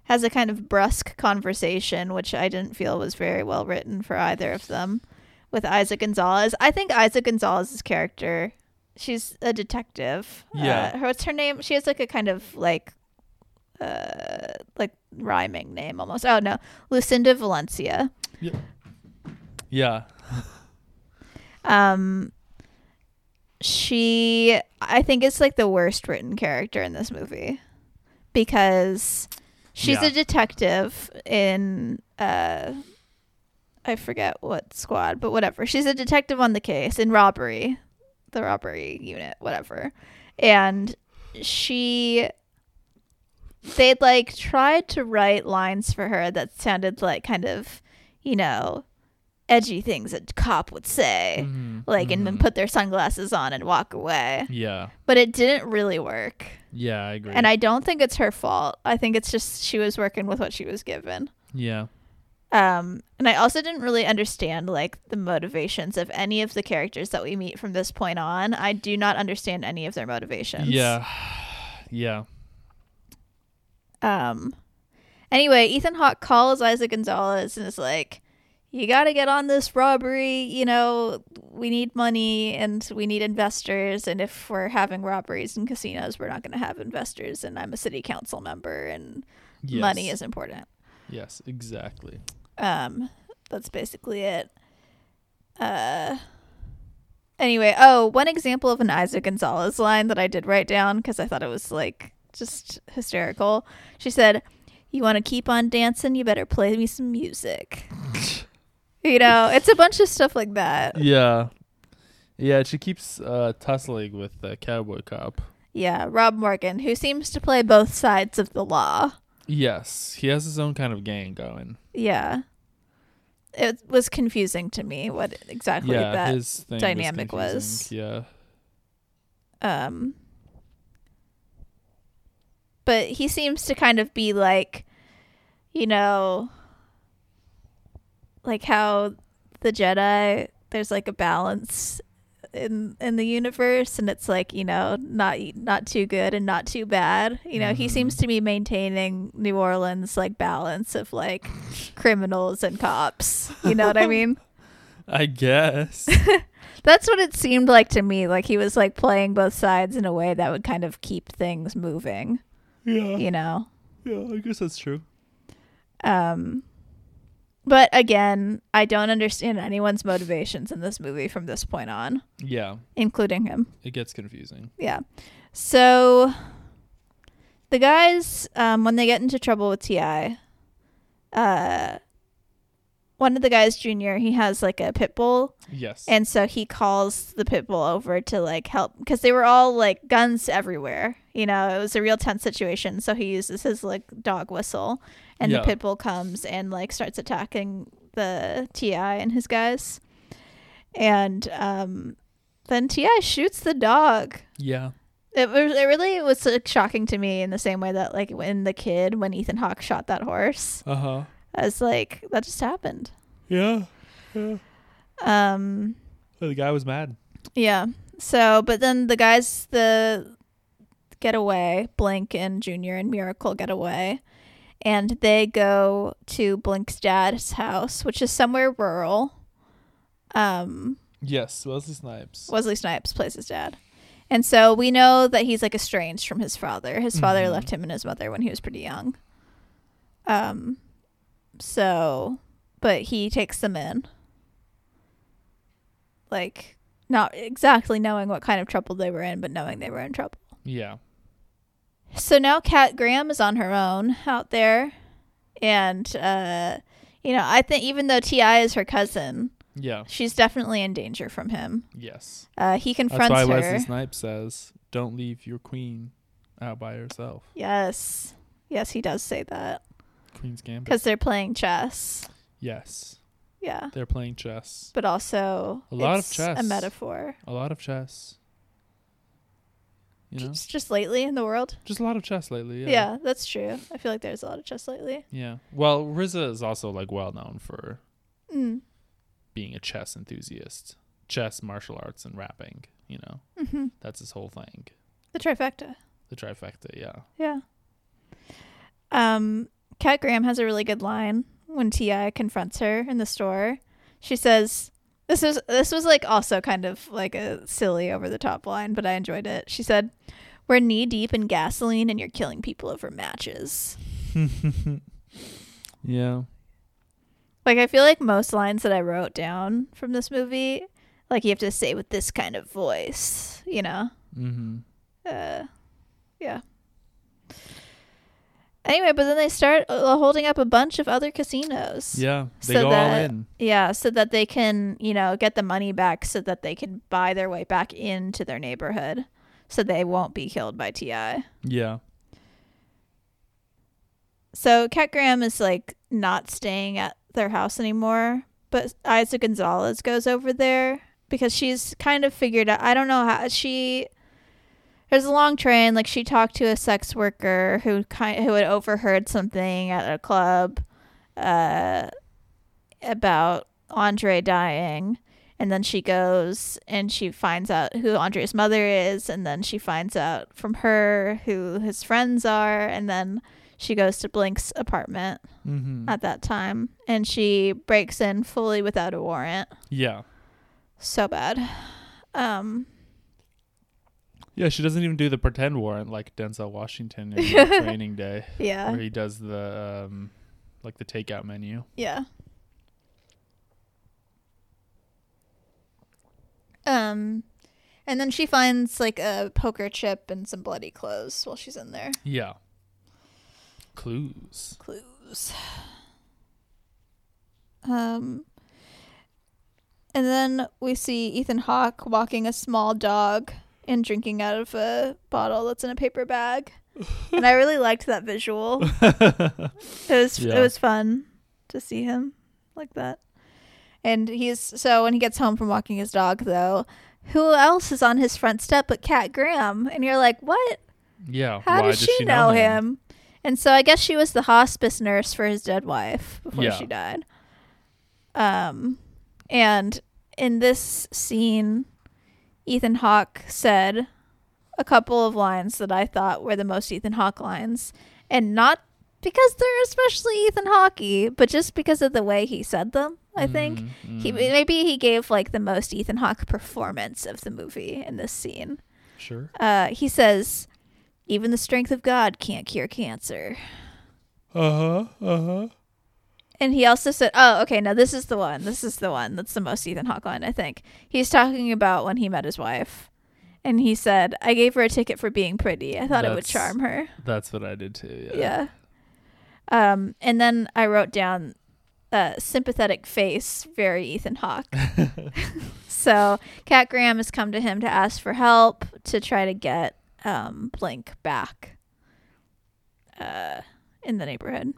Speaker 2: has a kind of brusque conversation, which I didn't feel was very well written for either of them, with Isaac Gonzalez. I think Isaac Gonzalez's character. She's a detective.
Speaker 1: Yeah.
Speaker 2: Uh, her, what's her name? She has like a kind of like, uh, like rhyming name almost. Oh no, Lucinda Valencia.
Speaker 1: Yeah.
Speaker 2: Um, she, I think, is like the worst written character in this movie because she's
Speaker 1: Yeah.
Speaker 2: a detective in uh, I forget what squad, but whatever. She's a detective on the case in robbery, the robbery unit, whatever, and she. They'd like tried to write lines for her that sounded like kind of, you know, edgy things a cop would say,
Speaker 1: Mhm,
Speaker 2: Eh, like, and then
Speaker 1: mhm.
Speaker 2: put their sunglasses on and walk away.
Speaker 1: Yeah.
Speaker 2: But it didn't really work.
Speaker 1: Yeah, I agree.
Speaker 2: And I don't think it's her fault. I think it's just she was working with what she was given.
Speaker 1: yeah.
Speaker 2: Um, and I also didn't really understand like the motivations of any of the characters that we meet from this point on. I do not understand any of their motivations.
Speaker 1: Yeah. Yeah.
Speaker 2: Um. Anyway, Ethan Hawke calls Isaac Gonzalez and is like, "You got to get on this robbery. You know, we need money and we need investors. And if we're having robberies in casinos, we're not going to have investors. And I'm a city council member, and
Speaker 1: Yes.
Speaker 2: money is important."
Speaker 1: Yes, exactly.
Speaker 2: Um, that's basically it. Uh. Anyway, oh, one example of an Isaac Gonzalez line that I did write down because I thought it was like just hysterical. She said, "You want to keep on dancing? You better play me some music." you know, it's a bunch of stuff like that.
Speaker 1: Yeah. Yeah, she keeps uh, tussling with the cowboy cop.
Speaker 2: Yeah, Rob Morgan, who seems to play both sides of the law.
Speaker 1: Yes, he has his own kind of gang going.
Speaker 2: Yeah, it was confusing to me what exactly
Speaker 1: yeah,
Speaker 2: that
Speaker 1: his thing
Speaker 2: dynamic
Speaker 1: was.
Speaker 2: was.
Speaker 1: confusing. Yeah,
Speaker 2: um but he seems to kind of be like you know like how the jedi there's like a balance in in the universe and it's like you know not not too good and not too bad you know he seems to be maintaining new orleans like balance of like criminals and cops you know what i mean
Speaker 1: I guess.
Speaker 2: that's what it seemed like to me. Like he was like playing both sides in a way that would kind of keep things moving,
Speaker 1: yeah,
Speaker 2: you know.
Speaker 1: yeah, I guess that's true.
Speaker 2: Um but again, I don't understand anyone's motivations in this movie from this point on,
Speaker 1: Yeah,
Speaker 2: including him.
Speaker 1: it gets confusing.
Speaker 2: Yeah. So the guys, um, when they get into trouble with Ti, uh, one of the guys, Junior, he has like a pit bull,
Speaker 1: Yes.
Speaker 2: And so he calls the pit bull over to like help because they were all like guns everywhere. You know, it was a real tense situation. So he uses his like dog whistle, and
Speaker 1: Yeah.
Speaker 2: the pit bull comes and like starts attacking the Ti and his guys. And um, then Ti shoots the dog.
Speaker 1: yeah.
Speaker 2: It was it really was like, shocking to me in the same way that like when the kid when Ethan Hawke shot that horse,
Speaker 1: Uh huh.
Speaker 2: I was like that just happened.
Speaker 1: Yeah. yeah.
Speaker 2: Um,
Speaker 1: The guy was mad.
Speaker 2: Yeah. So, but then the guys, the get away, Blink and Junior and Miracle get away, and they go to Blink's dad's house, which is somewhere rural. Um,
Speaker 1: Yes, Wesley Snipes.
Speaker 2: Wesley Snipes plays his dad. And so we know that he's like estranged from his father. His father
Speaker 1: Mhm.
Speaker 2: left him and his mother when he was pretty young. Um so but he takes them in. Like not exactly knowing what kind of trouble they were in, but knowing they were in trouble.
Speaker 1: Yeah.
Speaker 2: So now Kat Graham is on her own out there and uh you know, I think even though TI is her cousin,
Speaker 1: Yeah.
Speaker 2: she's definitely in danger from him.
Speaker 1: Yes.
Speaker 2: Uh, he confronts
Speaker 1: That's why
Speaker 2: her.
Speaker 1: Wesley Snipes says, "Don't leave your queen out by herself."
Speaker 2: Yes. Yes, he does say that.
Speaker 1: Queen's Gambit.
Speaker 2: Because they're playing chess.
Speaker 1: Yes,
Speaker 2: Yeah.
Speaker 1: they're playing chess.
Speaker 2: But also,
Speaker 1: A lot of
Speaker 2: it's
Speaker 1: chess.
Speaker 2: a metaphor.
Speaker 1: A lot of chess. You know,
Speaker 2: Just, just lately in the world.
Speaker 1: just a lot of chess lately.
Speaker 2: Yeah. that's true. I feel like there's a lot of chess lately.
Speaker 1: Yeah. Well, Riza is also like well known for
Speaker 2: Mm.
Speaker 1: being a chess enthusiast, chess, martial arts, and rapping. You know,
Speaker 2: hmm
Speaker 1: that's his whole thing.
Speaker 2: The trifecta.
Speaker 1: The trifecta. Yeah.
Speaker 2: Yeah. Um, Kat Graham has a really good line when Ti confronts her in the store. She says, "This is this was like also kind of like a silly over the top line, but I enjoyed it." She said, "We're knee deep in gasoline, and you're killing people over matches."
Speaker 1: yeah.
Speaker 2: Like I feel like most lines that I wrote down from this movie, like you have to say with this kind of voice, you know.
Speaker 1: Mm-hmm.
Speaker 2: Uh, yeah. Anyway, but then they start uh, holding up a bunch of other casinos.
Speaker 1: Yeah. They
Speaker 2: So
Speaker 1: go all
Speaker 2: that-
Speaker 1: in.
Speaker 2: Yeah, so that they can, you know, get the money back so that they can buy their way back into their neighborhood so they won't be killed by TI.
Speaker 1: Yeah.
Speaker 2: So Cat Graham is like not staying at their house anymore, but Isa Gonzalez goes over there because she's kind of figured out. I don't know how she. There's a long train. Like she talked to a sex worker who kind who had overheard something at a club, uh, about Andre dying, and then she goes and she finds out who Andre's mother is, and then she finds out from her who his friends are, and then she goes to Blink's apartment
Speaker 1: Mm-hmm.
Speaker 2: at that time and she breaks in fully without a warrant
Speaker 1: Yeah.
Speaker 2: so bad um
Speaker 1: Yeah, she doesn't even do the pretend warrant like Denzel Washington in Training Day,
Speaker 2: yeah
Speaker 1: where he does the um, like the takeout menu.
Speaker 2: yeah um and then she finds like a poker chip and some bloody clothes while she's in there
Speaker 1: Yeah. Clues.
Speaker 2: clues um and then we see Ethan Hawke walking a small dog and drinking out of a bottle that's in a paper bag. and I really liked that visual. It was
Speaker 1: Yeah.
Speaker 2: it was fun to see him like that. And he's so when he gets home from walking his dog though, who else is on his front step but Cat Graham? And you're like, what?
Speaker 1: yeah.
Speaker 2: How
Speaker 1: why
Speaker 2: does she, know him? And so I guess she was the hospice nurse for his dead wife before
Speaker 1: Yeah.
Speaker 2: she died. Um, and in this scene, Ethan Hawke said a couple of lines that I thought were the most Ethan Hawke lines, and not because they're especially Ethan Hawkey, but just because of the way he said them. I think
Speaker 1: Mm-hmm.
Speaker 2: he maybe he gave like the most Ethan Hawke performance of the movie in this scene
Speaker 1: Sure.
Speaker 2: uh, he says, even the strength of God can't cure cancer.
Speaker 1: Uh huh. Uh huh.
Speaker 2: And he also said, oh, okay, now this is the one. This is the one. That's the most Ethan Hawke line, I think. He's talking about when he met his wife. And he said, I gave her a ticket for being pretty. I thought it would
Speaker 1: That's-
Speaker 2: charm her.
Speaker 1: That's what I did too. Yeah.
Speaker 2: Yeah. Um, and then I wrote down uh, sympathetic face, very Ethan Hawke. so Cat Graham has come to him to ask for help to try to get um, Blink back uh, in the neighborhood.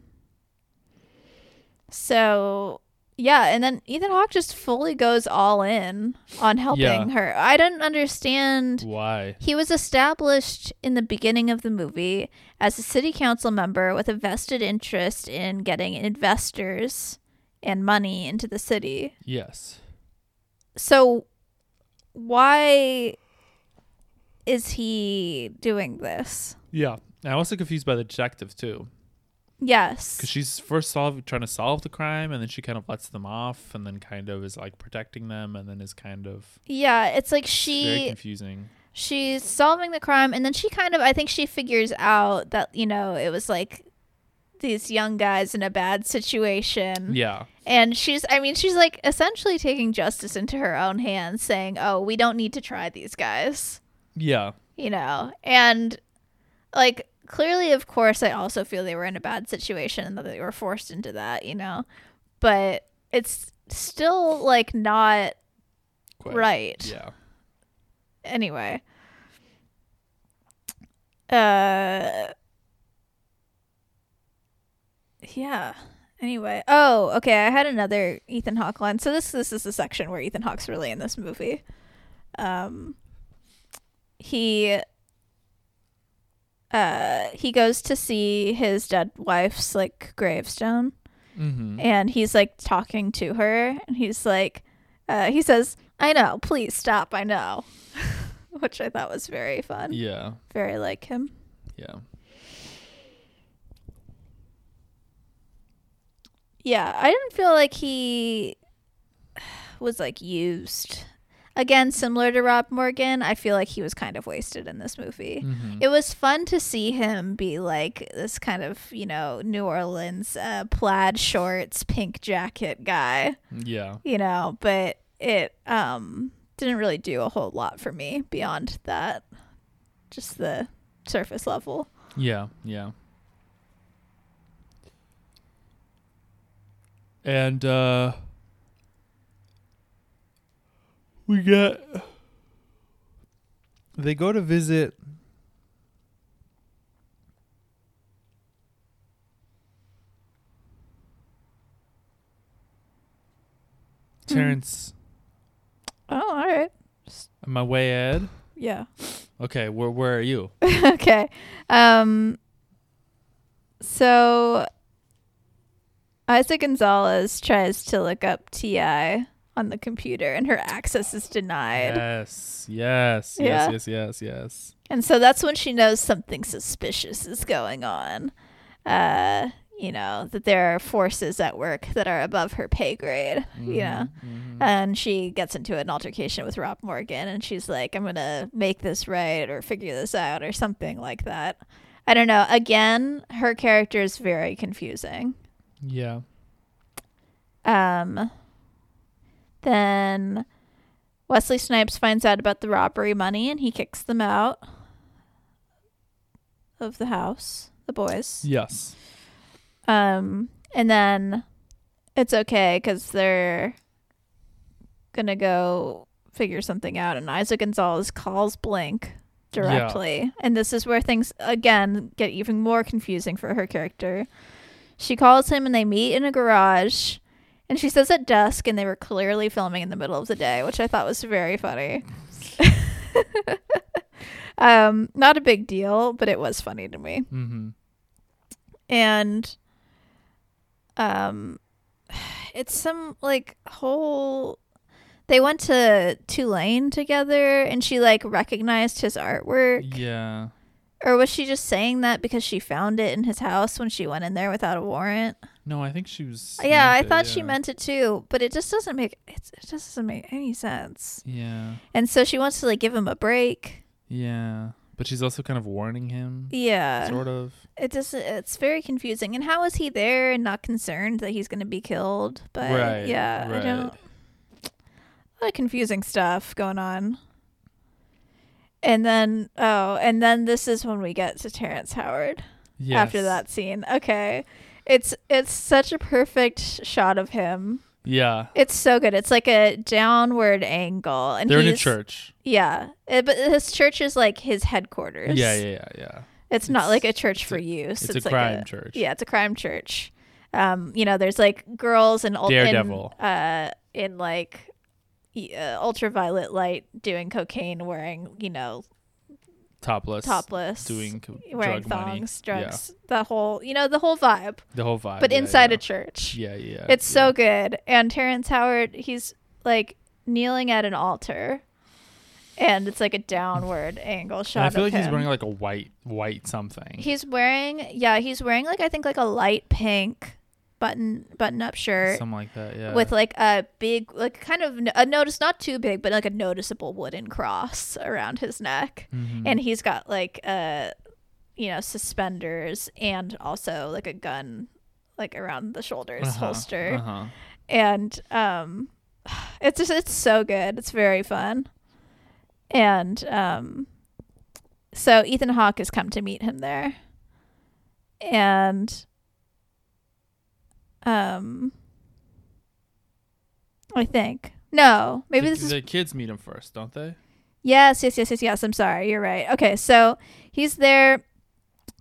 Speaker 2: So yeah, and then Ethan Hawke just fully goes all in on helping
Speaker 1: Yeah.
Speaker 2: her. I didn't understand
Speaker 1: Why?
Speaker 2: he was established in the beginning of the movie as a city council member with a vested interest in getting investors and money into the city.
Speaker 1: Yes.
Speaker 2: So, why is he doing this?
Speaker 1: Yeah. And I was also confused by the detective too, because
Speaker 2: Yes.
Speaker 1: she's first solve, trying to solve the crime, and then she kind of lets them off, and then kind of is like protecting them, and then is kind of
Speaker 2: Yeah, it's like
Speaker 1: very
Speaker 2: she
Speaker 1: confusing.
Speaker 2: she's solving the crime and then she kind of I think she figures out that, you know, it was like these young guys in a bad situation.
Speaker 1: Yeah.
Speaker 2: And she's, I mean, she's like essentially taking justice into her own hands, saying, oh, we don't need to try these guys,
Speaker 1: Yeah.
Speaker 2: you know? And like, clearly, of course, I also feel they were in a bad situation and that they were forced into that, you know? But it's still like not
Speaker 1: Quite.
Speaker 2: right
Speaker 1: Yeah.
Speaker 2: anyway uh yeah anyway oh okay i had another ethan hawke line so this this is the section where ethan hawke's really in this movie um he uh he goes to see his dead wife's like gravestone
Speaker 1: Mm-hmm.
Speaker 2: and he's like talking to her and he's like uh, he says i know please stop i know which i thought was very fun
Speaker 1: Yeah.
Speaker 2: very like him
Speaker 1: Yeah.
Speaker 2: yeah i didn't feel like he was like used again similar to rob morgan i feel like he was kind of wasted in this movie
Speaker 1: Mm-hmm.
Speaker 2: it was fun to see him be like this kind of you know new orleans uh, plaid shorts pink jacket guy
Speaker 1: Yeah.
Speaker 2: you know, but it um didn't really do a whole lot for me beyond that. Just the surface level.
Speaker 1: Yeah, yeah. And uh we get they go to visit Terrence,
Speaker 2: Oh, all right.
Speaker 1: am I way ahead?
Speaker 2: Yeah.
Speaker 1: Okay, where where are you?
Speaker 2: okay. Um so Isaac Gonzalez tries to look up TI on the computer and her access is denied.
Speaker 1: Yes, yes,
Speaker 2: Yeah.
Speaker 1: yes, yes, yes, yes.
Speaker 2: And so that's when she knows something suspicious is going on. Uh you know, that there are forces at work that are above her pay grade, you
Speaker 1: Mm-hmm.
Speaker 2: know. And she gets into an altercation with Rob Morgan and she's like, I'm going to make this right or figure this out or something like that. I don't know. Again, her character is very confusing.
Speaker 1: Yeah.
Speaker 2: Um, then Wesley Snipes finds out about the robbery money and he kicks them out of the house, the boys.
Speaker 1: Yes.
Speaker 2: Um, and then it's okay because they're gonna go figure something out. And Isaac Gonzalez calls Blink directly, and this is where things again get even more confusing for her character. She calls him, and they meet in a garage. And she says at dusk, and they were clearly filming in the middle of the day, which I thought was very funny. um, not a big deal, but it was funny to me
Speaker 1: Mm-hmm.
Speaker 2: and um it's some like whole they went to Tulane together and she like recognized his artwork
Speaker 1: Yeah.
Speaker 2: or was she just saying that because she found it in his house when she went in there without a warrant
Speaker 1: No, I think she was.
Speaker 2: yeah I
Speaker 1: meant it,
Speaker 2: thought she
Speaker 1: yeah.
Speaker 2: meant it too but it just doesn't make it's, it just doesn't make any sense
Speaker 1: Yeah.
Speaker 2: and so she wants to like give him a break
Speaker 1: Yeah. But she's also kind of warning him.
Speaker 2: yeah
Speaker 1: Sort of.
Speaker 2: it just it's very confusing and how is he there and not concerned that he's going to be killed but
Speaker 1: Right,
Speaker 2: yeah i
Speaker 1: right.
Speaker 2: don't a lot of confusing stuff going on and then oh and then this is when we get to terrence howard
Speaker 1: Yes.
Speaker 2: after that scene okay it's it's such a perfect shot of him
Speaker 1: Yeah.
Speaker 2: it's so good it's like a downward angle and
Speaker 1: They're in a
Speaker 2: he's-
Speaker 1: church.
Speaker 2: yeah it, but his church is like his headquarters
Speaker 1: Yeah, yeah, yeah, yeah.
Speaker 2: it's, not
Speaker 1: It's-
Speaker 2: like a church for
Speaker 1: a-
Speaker 2: use.
Speaker 1: it's a
Speaker 2: like
Speaker 1: crime church.
Speaker 2: Yeah, it's a crime church. Um, you know, there's like girls and old
Speaker 1: Daredevil.
Speaker 2: in, uh, in like y- uh, ultraviolet light doing cocaine, wearing you know
Speaker 1: Topless.
Speaker 2: topless,
Speaker 1: Doing co-
Speaker 2: wearing
Speaker 1: drug money.
Speaker 2: thongs,
Speaker 1: Yeah.
Speaker 2: drugs, the whole you know the whole vibe,
Speaker 1: The whole vibe.
Speaker 2: but
Speaker 1: yeah,
Speaker 2: inside
Speaker 1: yeah.
Speaker 2: a church.
Speaker 1: Yeah, yeah.
Speaker 2: It's
Speaker 1: yeah.
Speaker 2: so good. And Terrence Howard, he's like kneeling at an altar, and it's like a downward angle shot.
Speaker 1: And I feel
Speaker 2: of
Speaker 1: like he's
Speaker 2: him.
Speaker 1: wearing like a white, white something.
Speaker 2: He's wearing yeah, he's wearing like I think like a light pink button button up shirt
Speaker 1: Something like that. Yeah.
Speaker 2: with like a big like kind of n- a notice not too big but like a noticeable wooden cross around his neck.
Speaker 1: Mhm.
Speaker 2: And he's got like uh you know suspenders and also like a gun like around the shoulders
Speaker 1: Uh-huh,
Speaker 2: holster.
Speaker 1: Uh-huh.
Speaker 2: And um it's just it's so good. It's very fun. And um so Ethan Hawke has come to meet him there. And um I think. No, maybe
Speaker 1: the,
Speaker 2: this is
Speaker 1: the kids meet him first, don't they?
Speaker 2: Yes, yes, yes, yes, yes. I'm sorry. You're right. Okay, so he's there.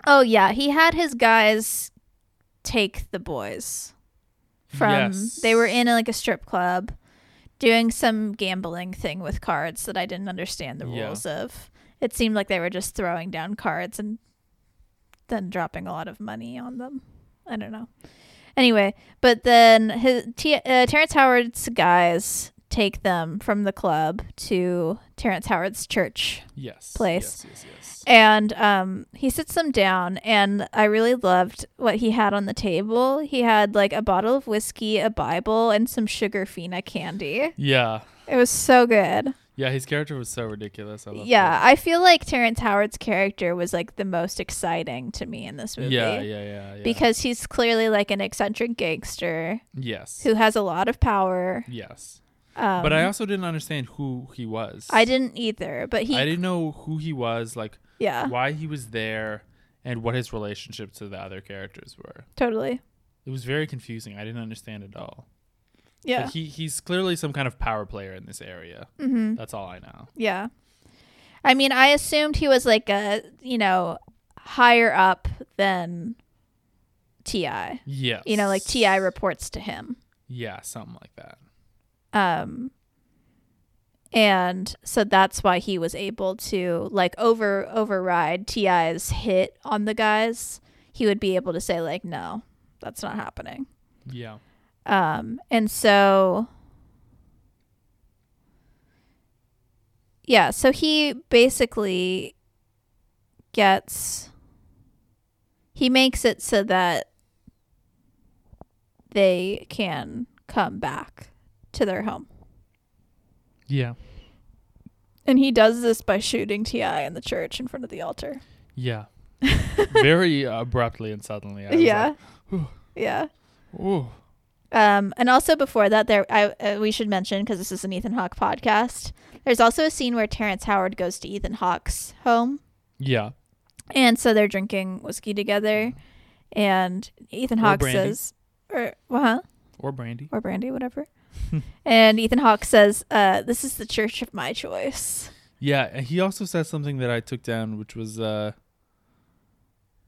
Speaker 2: Oh yeah, he had his guys take the boys from.
Speaker 1: Yes.
Speaker 2: They were in like a strip club, doing some gambling thing with cards that I didn't understand the
Speaker 1: Yeah.
Speaker 2: rules of. It seemed like they were just throwing down cards and then dropping a lot of money on them. I don't know. Anyway, but then his T- uh, Terrence Howard's guys take them from the club to Terrence Howard's church,
Speaker 1: Yes.
Speaker 2: Place.
Speaker 1: Yes, yes, yes.
Speaker 2: and um, he sits them down. And I really loved what he had on the table. He had like a bottle of whiskey, a Bible, and some sugar fina candy.
Speaker 1: Yeah.
Speaker 2: It was so good.
Speaker 1: Yeah, his character was so ridiculous. I loved
Speaker 2: Yeah, I feel like Terrence Howard's character was like the most exciting to me in this
Speaker 1: it.
Speaker 2: movie.
Speaker 1: Yeah, yeah, yeah, yeah.
Speaker 2: Because he's clearly like an eccentric gangster
Speaker 1: yes.
Speaker 2: who has a lot of power.
Speaker 1: Yes.
Speaker 2: Um,
Speaker 1: but I also didn't understand who he was.
Speaker 2: I didn't either, but he Uh.
Speaker 1: I didn't know who he was, like
Speaker 2: yeah,
Speaker 1: why he was there, and what his relationship to the other characters were.
Speaker 2: totally.
Speaker 1: It was very confusing. I didn't understand at all. But
Speaker 2: Yeah.
Speaker 1: he he's clearly some kind of power player in this area.
Speaker 2: Mhm.
Speaker 1: That's all I know.
Speaker 2: Yeah. I mean, I assumed he was like a, you know, higher up than TI.
Speaker 1: Yes.
Speaker 2: You know, like TI reports to him.
Speaker 1: Yeah, something like that.
Speaker 2: Um and so that's why he was able to like over override TI's hit on the guys. He would be able to say like no, that's not happening.
Speaker 1: Yeah.
Speaker 2: Um, and so, yeah, so he basically gets, he makes it so that they can come back to their home.
Speaker 1: Yeah.
Speaker 2: And he does this by shooting T.I. in the church in front of the altar.
Speaker 1: Yeah. Very abruptly and suddenly. I was
Speaker 2: yeah.
Speaker 1: like, "Whew."
Speaker 2: yeah.
Speaker 1: Ooh.
Speaker 2: Um, and also before that, there I uh, we should mention because this is an Ethan Hawke podcast. There's also a scene where Terrence Howard goes to Ethan Hawke's home,
Speaker 1: Yeah.
Speaker 2: and so they're drinking whiskey together, and Ethan
Speaker 1: Or
Speaker 2: Hawke
Speaker 1: brandy.
Speaker 2: says, or well, huh?
Speaker 1: Or brandy.
Speaker 2: or brandy, whatever. and Ethan Hawke says, uh, "This is the church of my choice."
Speaker 1: Yeah, and he also said something that I took down, which was, uh,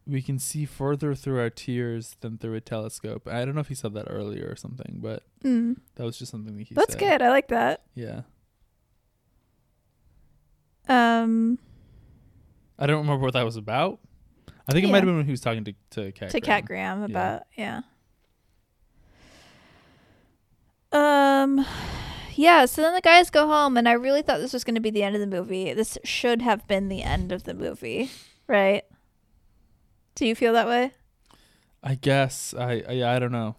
Speaker 1: "We can see further through our tears than through a telescope." I don't know if he said that earlier or something, but
Speaker 2: Mm,
Speaker 1: that was just something that he
Speaker 2: that's
Speaker 1: said.
Speaker 2: good. I like that.
Speaker 1: Yeah,
Speaker 2: Um,
Speaker 1: I don't remember what that was about. I think it
Speaker 2: Yeah.
Speaker 1: might have been when he was talking to to Cat.
Speaker 2: to Cat Graham
Speaker 1: Yeah.
Speaker 2: about yeah. Um yeah, so then the guys go home and I really thought this was going to be the end of the movie. This should have been the end of the movie, right? Do you feel that way?
Speaker 1: I guess I, I I don't know.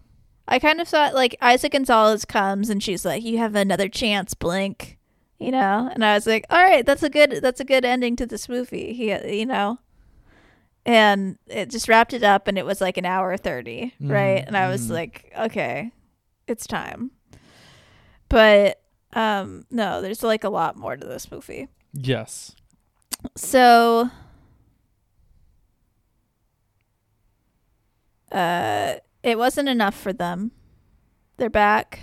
Speaker 2: I kind of thought like Isaac Gonzalez comes and she's like, "You have another chance, Blink." You know, and I was like, "All right, that's a good that's a good ending to this movie." He, you know, and it just wrapped it up, and it was like an hour 30 right? And I was
Speaker 1: mhm.
Speaker 2: like, "Okay, it's time." But um, no, there's like a lot more to this movie.
Speaker 1: Yes.
Speaker 2: So uh it wasn't enough for them. They're back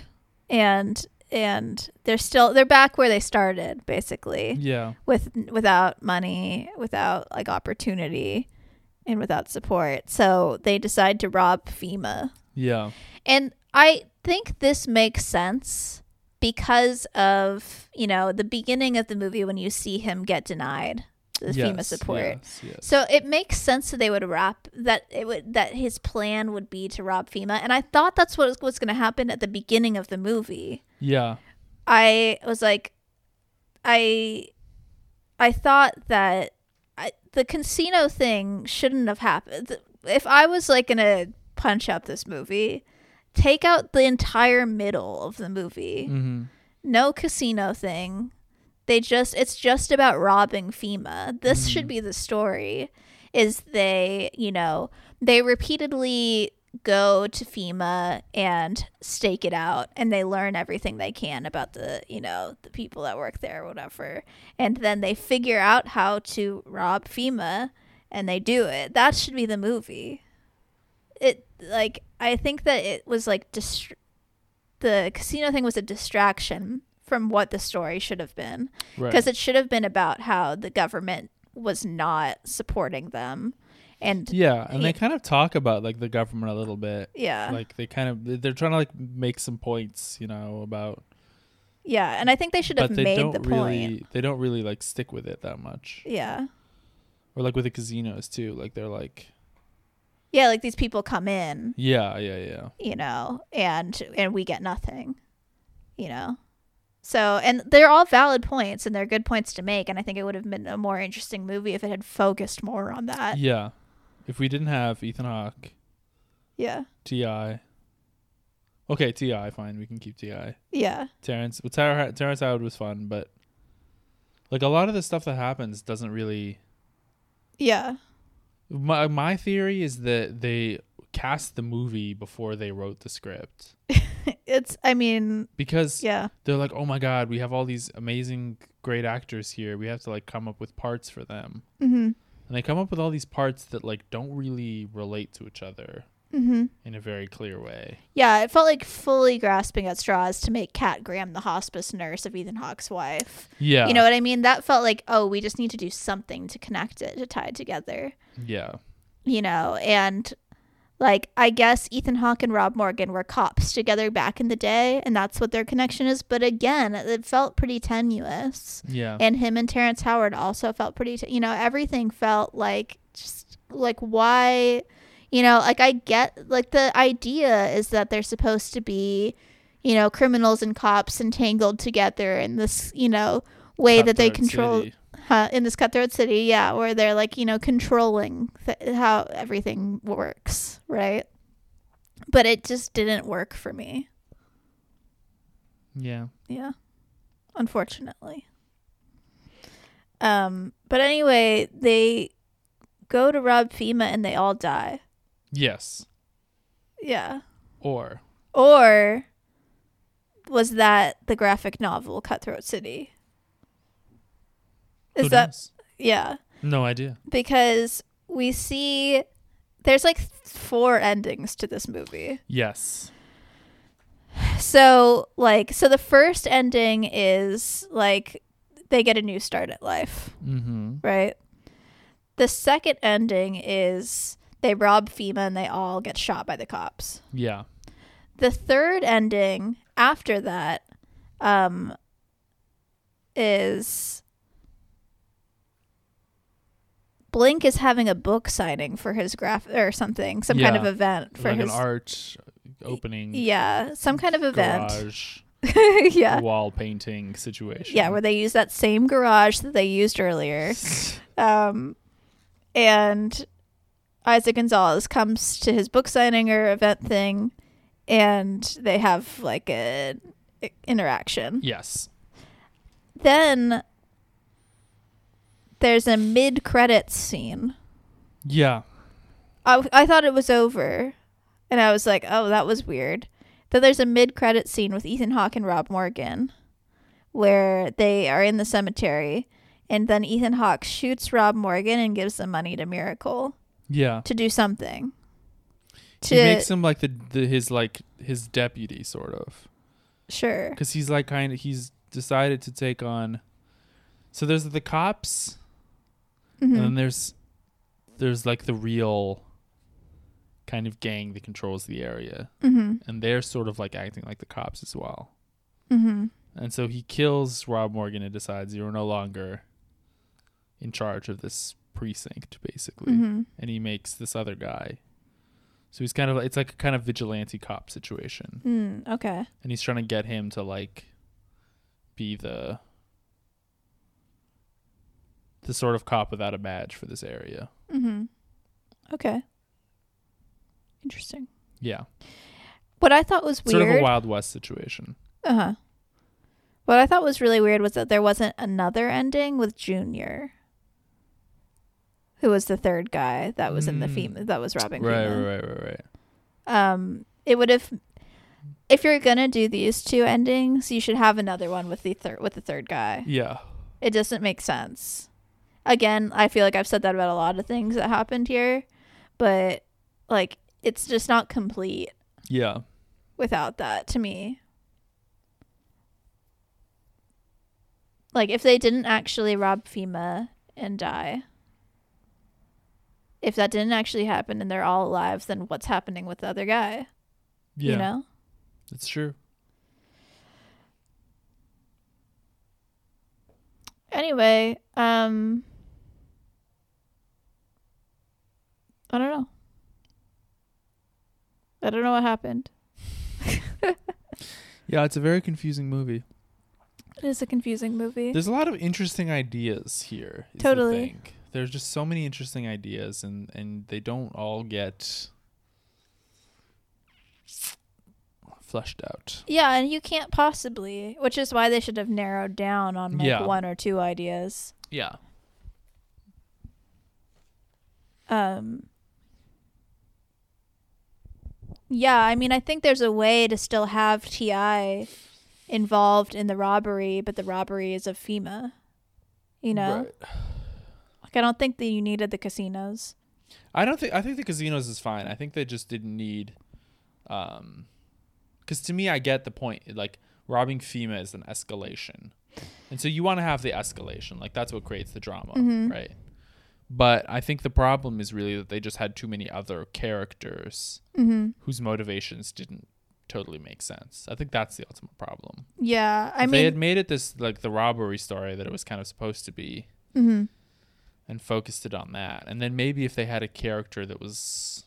Speaker 2: and and they're still they're back where they started basically
Speaker 1: Yeah.
Speaker 2: with without money, without like opportunity and without support. So they decide to rob FEMA.
Speaker 1: Yeah.
Speaker 2: And I think this makes sense because of, you know, the beginning of the movie when you see him get denied the FEMA
Speaker 1: Yes,
Speaker 2: support.
Speaker 1: Yes, yes.
Speaker 2: So it makes sense that they would wrap that it would that his plan would be to rob FEMA and I thought that's what was- was going to happen at the beginning of the movie.
Speaker 1: Yeah.
Speaker 2: I was like I I thought that I, the casino thing shouldn't have happened. If I was like going to punch up this movie, take out the entire middle of the movie.
Speaker 1: Mm-hmm.
Speaker 2: No casino thing. They just it's just about robbing FEMA. This should be the story is they, you know, they repeatedly go to FEMA and stake it out and they learn everything they can about the, you know, the people that work there or whatever. And then they figure out how to rob FEMA and they do it. That should be the movie. It like I think that it was like dist- the casino thing was a distraction from what the story should have been
Speaker 1: Right.
Speaker 2: because it should have been about how the government was not supporting them and
Speaker 1: yeah, and they kind of talk about like the government a little bit.
Speaker 2: yeah
Speaker 1: Like they kind of they're trying to like make some points, you know, about
Speaker 2: yeah and i think they should have
Speaker 1: but they
Speaker 2: made
Speaker 1: don't
Speaker 2: the
Speaker 1: really
Speaker 2: point
Speaker 1: they don't really like stick with it that much
Speaker 2: yeah
Speaker 1: or like with the casinos too like they're like
Speaker 2: yeah like these people come in
Speaker 1: yeah yeah yeah
Speaker 2: you know and and we get nothing you know so and they're all valid points and they're good points to make and i think it would have been a more interesting movie if it had focused more on that
Speaker 1: yeah if we didn't have ethan hawke
Speaker 2: yeah
Speaker 1: ti okay ti fine we can keep ti
Speaker 2: yeah
Speaker 1: terrence well, Ter- terrence howard was fun but like a lot of the stuff that happens doesn't really
Speaker 2: yeah
Speaker 1: my, my theory is that they cast the movie before they wrote the script
Speaker 2: it's i mean
Speaker 1: because
Speaker 2: yeah
Speaker 1: they're like, oh my god, we have all these amazing, great actors here. We have to like come up with parts for them,
Speaker 2: mm-hmm
Speaker 1: and they come up with all these parts that like don't really relate to each other
Speaker 2: mm-hmm
Speaker 1: in a very clear way.
Speaker 2: Yeah, it felt like fully grasping at straws to make Kat Graham the hospice nurse of Ethan Hawke's wife.
Speaker 1: Yeah,
Speaker 2: You know what I mean? That felt like, oh, we just need to do something to connect it, to tie it together,
Speaker 1: yeah,
Speaker 2: you know? And Like, I guess Ethan Hawke and Rob Morgan were cops together back in the day, and that's what their connection is. But again, it felt pretty tenuous.
Speaker 1: Yeah.
Speaker 2: And him and Terrence Howard also felt pretty, te- you know, everything felt like just like why, you know, like I get like the idea is that they're supposed to be, you know, criminals and cops entangled together in this, you know, way that they
Speaker 1: Cutthroat
Speaker 2: control
Speaker 1: City.
Speaker 2: huh, in this cutthroat city, yeah, where they're like, you know, controlling th- how everything works, right? But it just didn't work for me.
Speaker 1: Yeah.
Speaker 2: Yeah. Unfortunately. Um, but anyway, they go to rob FEMA and they all die.
Speaker 1: Yes.
Speaker 2: Yeah.
Speaker 1: Or
Speaker 2: Or was that the graphic novel Cutthroat City? Is
Speaker 1: who
Speaker 2: that
Speaker 1: knows?
Speaker 2: yeah.
Speaker 1: No idea.
Speaker 2: because we see there's like th- four endings to this movie.
Speaker 1: Yes.
Speaker 2: So like so the first ending is like they get a new start at life,
Speaker 1: Mm-hmm.
Speaker 2: right? The second ending is they rob FEMA and they all get shot by the cops.
Speaker 1: Yeah.
Speaker 2: The third ending after that um is Blink is having a book signing for his graph or something, some kind
Speaker 1: Yeah.
Speaker 2: of event for
Speaker 1: like
Speaker 2: his
Speaker 1: an arch opening.
Speaker 2: yeah, some kind of event.
Speaker 1: Garage
Speaker 2: yeah.
Speaker 1: wall painting situation.
Speaker 2: Yeah, where they use that same garage that they used earlier. Um, and Isaac Gonzalez comes to his book signing or event thing, and they have like a i- interaction.
Speaker 1: yes.
Speaker 2: Then there's a mid credits scene.
Speaker 1: Yeah.
Speaker 2: I, I thought it was over, and I was like, oh, that was weird. Then there's a mid credit scene with Ethan Hawke and Rob Morgan, where they are in the cemetery, and then Ethan Hawke shoots Rob Morgan and gives the money to Miracle.
Speaker 1: Yeah.
Speaker 2: to do something. To
Speaker 1: he makes him like the, the his like his deputy sort of
Speaker 2: sure,
Speaker 1: because he's like kind of he's decided to take on. So there's the cops, and
Speaker 2: Mm-hmm. Hmm.
Speaker 1: then there's there's like the real kind of gang that controls the area, mm-hmm. and they're sort of like acting like the cops as well. Mm-hmm. And so he kills Rob Morgan and decides you're no longer in charge of this precinct, basically.
Speaker 2: Mm-hmm.
Speaker 1: And he makes this other guy. So he's kind of it's like a kind of vigilante cop situation
Speaker 2: mm, okay,
Speaker 1: and he's trying to get him to like be the the sort of cop without a badge for this area.
Speaker 2: Mm-hmm. okay, interesting.
Speaker 1: Yeah,
Speaker 2: What I thought was
Speaker 1: sort of a
Speaker 2: weird,
Speaker 1: Wild West situation.
Speaker 2: uh huh. What I thought was really weird was that there wasn't another ending with Junior, who was the third guy that was in the
Speaker 1: Mm.
Speaker 2: FEMA that was robbing
Speaker 1: Right,
Speaker 2: FEMA.
Speaker 1: right, right, right, right.
Speaker 2: Um, it would have. If you're gonna do these two endings, you should have another one with the third with the third guy.
Speaker 1: Yeah,
Speaker 2: It doesn't make sense. Again, I feel like I've said that about a lot of things that happened here, but like it's just not complete
Speaker 1: yeah,
Speaker 2: without that to me. Like if they didn't actually rob FEMA and die. If that didn't actually happen and they're all alive, then what's happening with the other guy?
Speaker 1: yeah.
Speaker 2: You know?
Speaker 1: It's true.
Speaker 2: Anyway, um I don't know. I don't know what happened.
Speaker 1: Yeah, it's a very confusing movie.
Speaker 2: It is a confusing movie.
Speaker 1: There's a lot of interesting ideas here. is the
Speaker 2: Totally.
Speaker 1: thing. There's just so many interesting ideas, and and they don't all get fleshed out.
Speaker 2: yeah, and you can't possibly, which is why they should have narrowed down on like
Speaker 1: Yeah.
Speaker 2: one or two ideas.
Speaker 1: Yeah.
Speaker 2: Um Yeah, I mean, I think there's a way to still have TI involved in the robbery, but the robbery is of FEMA. You know?
Speaker 1: Right.
Speaker 2: Like I don't think that you needed the casinos.
Speaker 1: I don't think I think the casinos is fine. I think they just didn't need um cuz to me I get the point like robbing FEMA is an
Speaker 2: Mm-hmm.
Speaker 1: escalation. And so you want to have the escalation. Like that's what creates the drama, right? But I think the problem is really that they just had too many other characters
Speaker 2: Mm-hmm.
Speaker 1: whose motivations didn't totally make sense. I think that's the ultimate problem.
Speaker 2: Yeah, I
Speaker 1: if
Speaker 2: mean,
Speaker 1: they had made it this like the robbery story that it was kind of supposed to be,
Speaker 2: mm-hmm,
Speaker 1: and focused it on that, and then maybe if they had a character that was,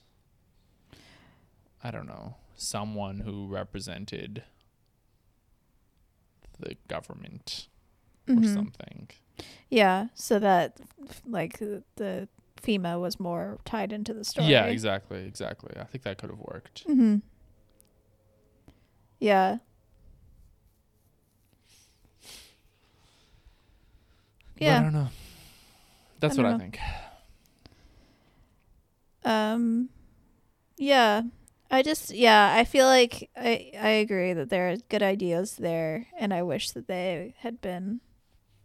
Speaker 1: I don't know, someone who represented the government or something.
Speaker 2: mm-hmm. yeah, so that like the FEMA was more tied into the story. Mm-hmm.
Speaker 1: Yeah, exactly, exactly. I think that could have worked.
Speaker 2: Yeah.
Speaker 1: But I
Speaker 2: Yeah.
Speaker 1: don't know. That's
Speaker 2: don't
Speaker 1: what I
Speaker 2: know.
Speaker 1: think.
Speaker 2: Um yeah. I just yeah, I feel like I I agree that there are good ideas there and I wish that they had been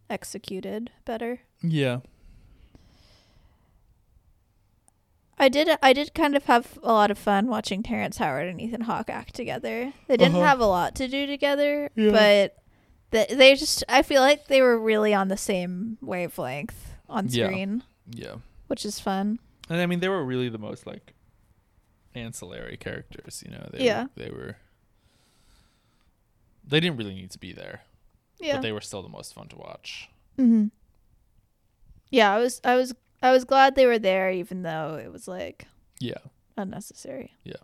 Speaker 2: executed better.
Speaker 1: Yeah.
Speaker 2: I did I did kind of have a lot of fun watching Terrence Howard and Ethan Hawke act together. They didn't
Speaker 1: Uh-huh.
Speaker 2: have a lot to do together,
Speaker 1: Yeah.
Speaker 2: but th- they just I feel like they were really on the same wavelength on
Speaker 1: Yeah.
Speaker 2: screen,
Speaker 1: Yeah.
Speaker 2: which is fun.
Speaker 1: And I mean, they were really the most like ancillary characters, you know. They
Speaker 2: Yeah.
Speaker 1: Were, they were. They didn't really need to be there,
Speaker 2: Yeah.
Speaker 1: but they were still the most fun to watch.
Speaker 2: Mm-hmm. Yeah, I was, I was, I was glad they were there, even though it was like
Speaker 1: Yeah.
Speaker 2: unnecessary.
Speaker 1: Yeah.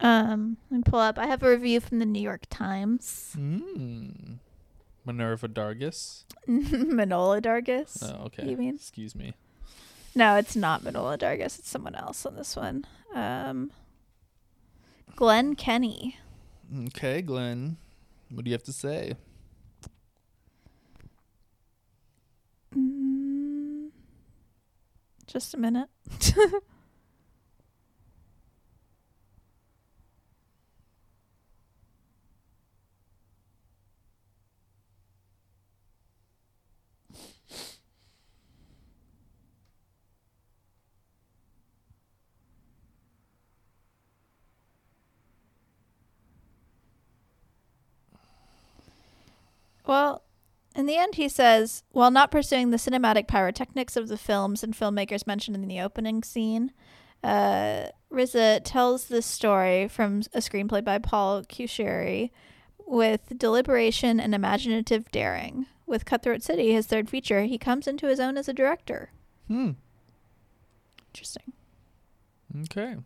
Speaker 2: Um, let me pull up. I have a review from the New York Times.
Speaker 1: Mm. Minerva Dargis.
Speaker 2: Manola Dargis.
Speaker 1: Oh, okay.
Speaker 2: You mean?
Speaker 1: Excuse me.
Speaker 2: No, it's not Manola Dargis. It's someone else on this one. Um, Glenn Kenny.
Speaker 1: Okay, Glenn. What do you have to say?
Speaker 2: Mm, just a minute. Well, in the end, he says, while not pursuing the cinematic pyrotechnics of the films and filmmakers mentioned in the opening scene, uh, Riza tells this story from a screenplay by Paul Cusheri with deliberation and imaginative daring. With Cutthroat City, his third feature, he comes into his own as a director.
Speaker 1: Hmm.
Speaker 2: Interesting.
Speaker 1: Okay.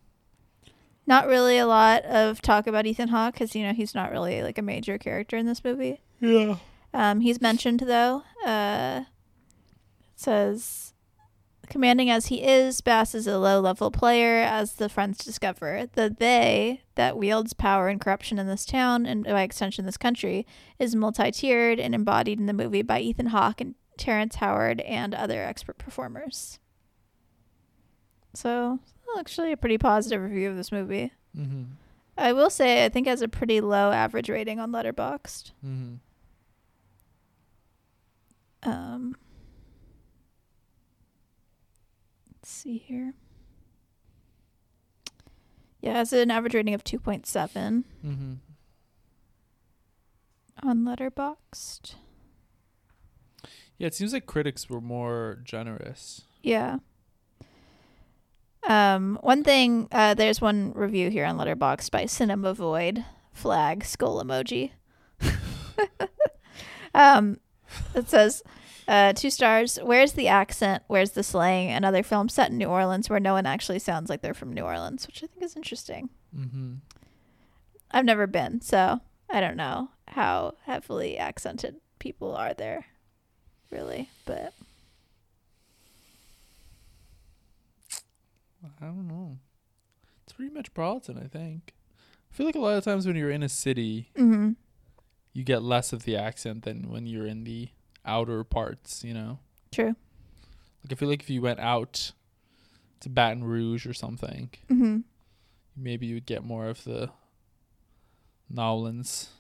Speaker 2: Not really a lot of talk about Ethan Hawke because, you know, he's not really like a major character in this movie.
Speaker 1: Yeah.
Speaker 2: Um, he's mentioned though. Uh, it says, commanding as he is, Bass is a low-level player. As the friends discover, the they that wields power and corruption in this town and by extension this country is multi-tiered and embodied in the movie by Ethan Hawke and Terrence Howard and other expert performers. So, actually, a pretty positive review of this movie.
Speaker 1: Mm-hmm.
Speaker 2: I will say, I think it has a pretty low average rating on Letterboxd.
Speaker 1: Mm-hmm.
Speaker 2: Um, let's see here. Yeah, it's an average rating of 2.7
Speaker 1: Mm-hmm.
Speaker 2: on Letterboxd.
Speaker 1: Yeah, it seems like critics were more generous.
Speaker 2: Yeah. Um, one thing, uh, there's one review here on Letterboxd by Cinema Void, flag, skull emoji. um, it says, uh, two stars, where's the accent, where's the slang, another film set in New Orleans where no one actually sounds like they're from New Orleans, which I think is interesting.
Speaker 1: Mm-hmm.
Speaker 2: I've never been, so I don't know how heavily accented people are there, really, but
Speaker 1: I don't know. It's pretty metropolitan, I think. I feel like a lot of times when you're in a city,
Speaker 2: Mhm.
Speaker 1: you get less of the accent than when you're in the outer parts, you know?
Speaker 2: true.
Speaker 1: Like, I feel like if you went out to Baton Rouge or something,
Speaker 2: Mm-hmm.
Speaker 1: maybe you would get more of the Nolans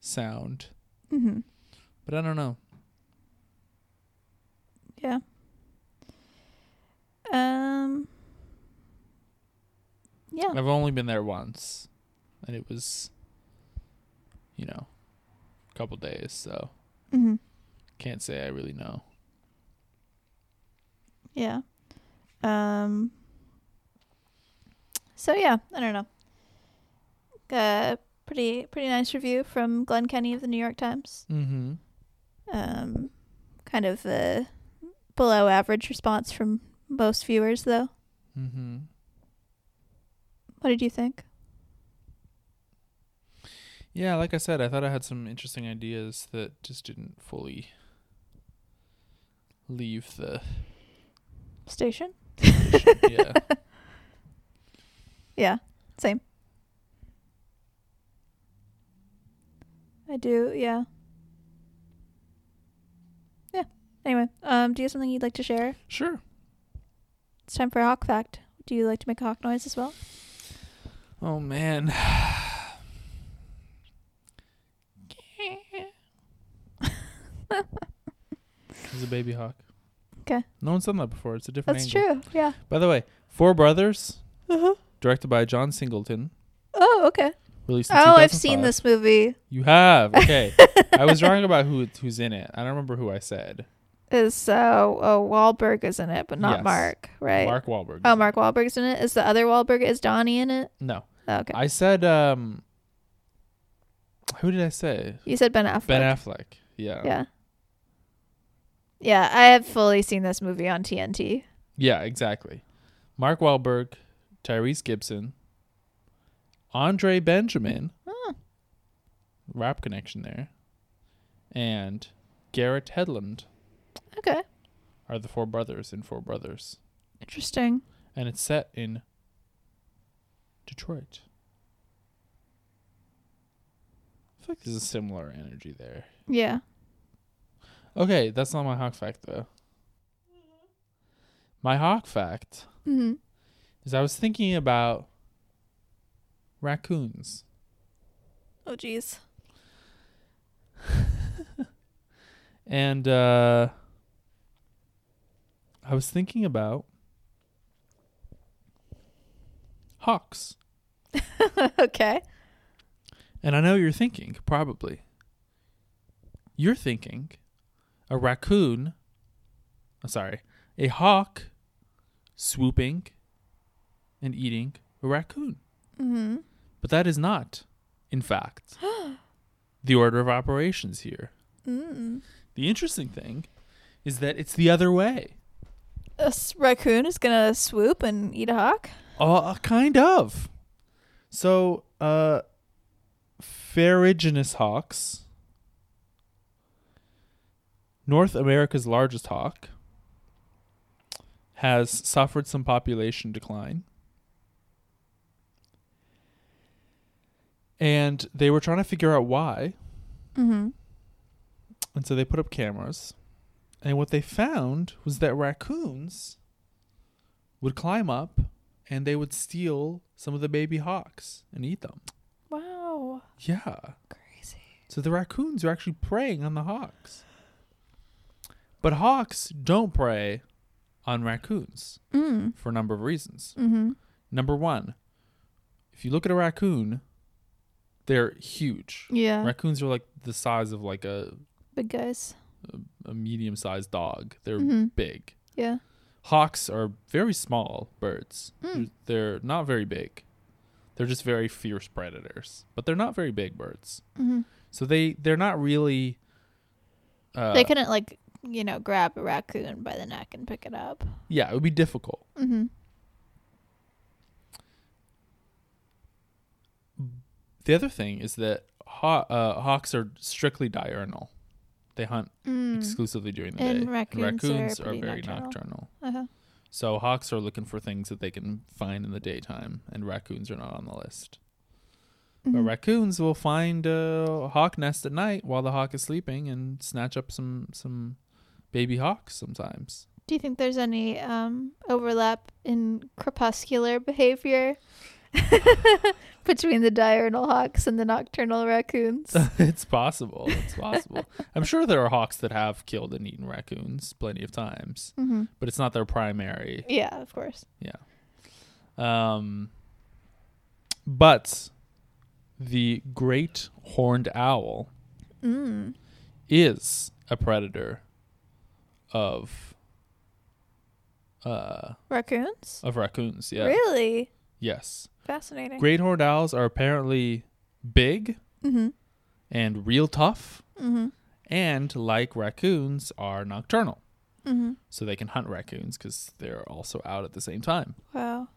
Speaker 1: sound.
Speaker 2: Mm-hmm.
Speaker 1: But I don't know.
Speaker 2: Yeah. Um. Yeah.
Speaker 1: I've only been there once, and it was, you know, a couple days, so
Speaker 2: Mm-hmm.
Speaker 1: can't say I really know.
Speaker 2: Yeah. Um. So yeah, I don't know. Uh, pretty pretty nice review from Glenn Kenny of the New York Times.
Speaker 1: Mm-hmm.
Speaker 2: Um, kind of uh, below average response from most viewers though.
Speaker 1: Mm-hmm.
Speaker 2: What did you think?
Speaker 1: Yeah, like I said, I thought I had some interesting ideas that just didn't fully leave the
Speaker 2: Station.
Speaker 1: yeah.
Speaker 2: Yeah, same. I do, yeah. Yeah. Anyway, um, do you have something you'd like to share?
Speaker 1: Sure.
Speaker 2: It's time for a hawk fact. Do you like to make a hawk noise as well?
Speaker 1: Oh man. He's a baby hawk.
Speaker 2: 'Kay.
Speaker 1: No one's done that before. It's a different
Speaker 2: That's
Speaker 1: angle.
Speaker 2: true. Yeah.
Speaker 1: By the way, Four Brothers,
Speaker 2: Uh-huh.
Speaker 1: directed by John Singleton,
Speaker 2: Oh, okay.
Speaker 1: released in
Speaker 2: Oh, I've seen
Speaker 1: 2005.
Speaker 2: this movie.
Speaker 1: You have. Okay. I was wrong about who who's in it. I don't remember who I said.
Speaker 2: Is uh, oh, Wahlberg is in it, but not
Speaker 1: Yes.
Speaker 2: Mark, right?
Speaker 1: Mark Wahlberg.
Speaker 2: Oh,
Speaker 1: is-
Speaker 2: Mark Wahlberg's in it. Is the other Wahlberg? Is Donnie in it?
Speaker 1: No.
Speaker 2: Oh, okay.
Speaker 1: I said um who did I say?
Speaker 2: you said Ben Affleck.
Speaker 1: Ben Affleck. Yeah.
Speaker 2: Yeah. Yeah, I have fully seen this movie on TNT.
Speaker 1: Yeah, exactly. Mark Wahlberg, Tyrese Gibson, Andre Benjamin, rap connection there, and Garrett Hedlund
Speaker 2: Okay.
Speaker 1: are the four brothers in Four Brothers,
Speaker 2: Interesting.
Speaker 1: and it's set in Detroit. I feel like there's a similar energy there.
Speaker 2: Yeah.
Speaker 1: Okay, that's not my hawk fact though. My hawk fact
Speaker 2: Mm-hmm.
Speaker 1: is I was thinking about raccoons.
Speaker 2: Oh, geez.
Speaker 1: And uh, I was thinking about hawks.
Speaker 2: okay.
Speaker 1: And I know you're thinking, probably. You're thinking a raccoon, I'm sorry, a hawk swooping and eating a raccoon.
Speaker 2: Mm-hmm.
Speaker 1: But that is not, in fact, the order of operations here.
Speaker 2: Mm.
Speaker 1: The interesting thing is that it's the other way.
Speaker 2: A s- raccoon is gonna swoop and eat a hawk.
Speaker 1: Uh, kind of. So, uh, ferruginous hawks, North America's largest hawk, has suffered some population decline. And they were trying to figure out why.
Speaker 2: Mm-hmm.
Speaker 1: And so they put up cameras. And what they found was that raccoons would climb up and they would steal some of the baby hawks and eat them.
Speaker 2: Wow.
Speaker 1: Yeah.
Speaker 2: Crazy.
Speaker 1: So the raccoons are actually preying on the hawks. But hawks don't prey on raccoons
Speaker 2: Mm.
Speaker 1: for a number of reasons.
Speaker 2: Mm-hmm.
Speaker 1: Number one, if you look at a raccoon, they're huge.
Speaker 2: Yeah.
Speaker 1: Raccoons are like the size of like a
Speaker 2: Big guys.
Speaker 1: a medium sized dog. They're
Speaker 2: Mhm.
Speaker 1: big.
Speaker 2: Yeah.
Speaker 1: Hawks are very small birds.
Speaker 2: Hmm.
Speaker 1: They're they're not very big. They're just very fierce predators, but they're not very big birds.
Speaker 2: Mhm.
Speaker 1: So they they're not really. Uh,
Speaker 2: they couldn't like you know grab a raccoon by the neck and pick it up.
Speaker 1: yeah, it would be difficult.
Speaker 2: Mm-hmm.
Speaker 1: The other thing is that haw- uh, hawks are strictly diurnal. They hunt
Speaker 2: Mm.
Speaker 1: exclusively during the day.
Speaker 2: And raccoons are
Speaker 1: raccoons
Speaker 2: pretty
Speaker 1: very
Speaker 2: nocturnal.
Speaker 1: nocturnal.
Speaker 2: Uh-huh.
Speaker 1: So hawks are looking for things that they can find in the daytime, and raccoons are not on the list. But
Speaker 2: Mm-hmm.
Speaker 1: raccoons will find a hawk nest at night while the hawk is sleeping and snatch up some some baby hawks sometimes.
Speaker 2: Do you think there's any um, overlap in crepuscular behavior between the diurnal hawks and the nocturnal raccoons?
Speaker 1: it's possible. It's possible. I'm sure there are hawks that have killed and eaten raccoons plenty of times,
Speaker 2: mm-hmm.
Speaker 1: but it's not their primary.
Speaker 2: Yeah, of course.
Speaker 1: Um, but the great horned owl
Speaker 2: Mm.
Speaker 1: is a predator of uh,
Speaker 2: Raccoons?
Speaker 1: of raccoons. Yeah.
Speaker 2: Really?
Speaker 1: Yes.
Speaker 2: Fascinating.
Speaker 1: Great horned owls are apparently big
Speaker 2: Mm-hmm.
Speaker 1: and real tough,
Speaker 2: Mm-hmm.
Speaker 1: and like raccoons, are nocturnal.
Speaker 2: Mm-hmm.
Speaker 1: So they can hunt raccoons because they're also out at the same time.
Speaker 2: Wow.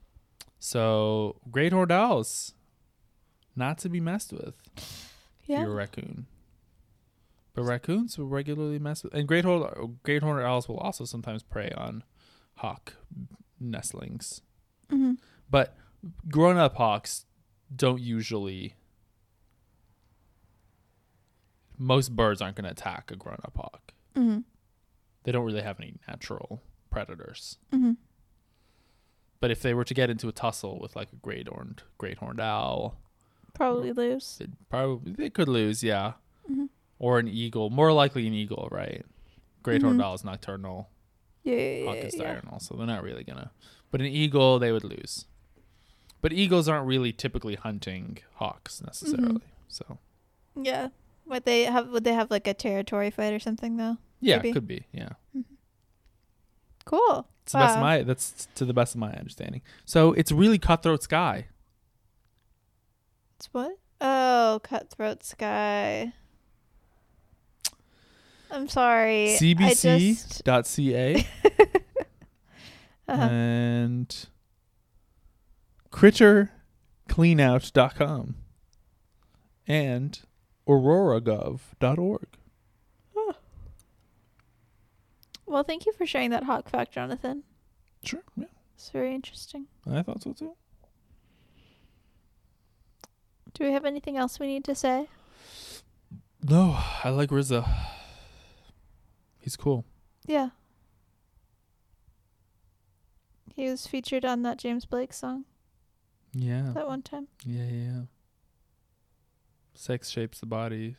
Speaker 1: So great horned owls, not to be messed with. if
Speaker 2: Yeah.
Speaker 1: you're a raccoon. But raccoons will regularly mess with, and great horned great horned owls will also sometimes prey on hawk nestlings.
Speaker 2: Mhm.
Speaker 1: But grown up hawks don't usually. Most birds aren't going to attack a grown up hawk.
Speaker 2: Mhm.
Speaker 1: They don't really have any natural predators.
Speaker 2: Mhm.
Speaker 1: But if they were to get into a tussle with like a great horned great horned owl,
Speaker 2: Probably
Speaker 1: Mm-hmm.
Speaker 2: lose.
Speaker 1: They'd probably they could lose, yeah.
Speaker 2: Mm-hmm.
Speaker 1: Or an eagle, more likely an eagle, right? Great horned owl is nocturnal,
Speaker 2: Yeah. Mm-hmm. yeah,
Speaker 1: hawk
Speaker 2: yeah,
Speaker 1: is
Speaker 2: yeah.
Speaker 1: diurnal, so they're not really gonna. But an eagle, they would lose. But eagles aren't really typically hunting
Speaker 2: Mm-hmm.
Speaker 1: hawks necessarily. So
Speaker 2: Yeah. Would they have would they have like a territory fight or something though?
Speaker 1: yeah,
Speaker 2: Maybe.
Speaker 1: it could be. Yeah,
Speaker 2: Cool.
Speaker 1: it's the best of
Speaker 2: Wow.
Speaker 1: my that's to the best of my understanding. So it's really cutthroat sky.
Speaker 2: It's what? Oh, Cutthroat Sky. I'm sorry. I just, uh-huh.
Speaker 1: CBC.ca and crittercleanout.com and auroragov.org.
Speaker 2: well, thank you for sharing that hawk fact, Jonathan.
Speaker 1: Sure. Yeah.
Speaker 2: It's very interesting.
Speaker 1: I thought so too.
Speaker 2: Do we have anything else we need to say?
Speaker 1: No, I like Rizza. He's cool.
Speaker 2: Yeah. He was featured on that James Blake song
Speaker 1: Yeah.
Speaker 2: that one time.
Speaker 1: Yeah, yeah, yeah. Sex shapes the body,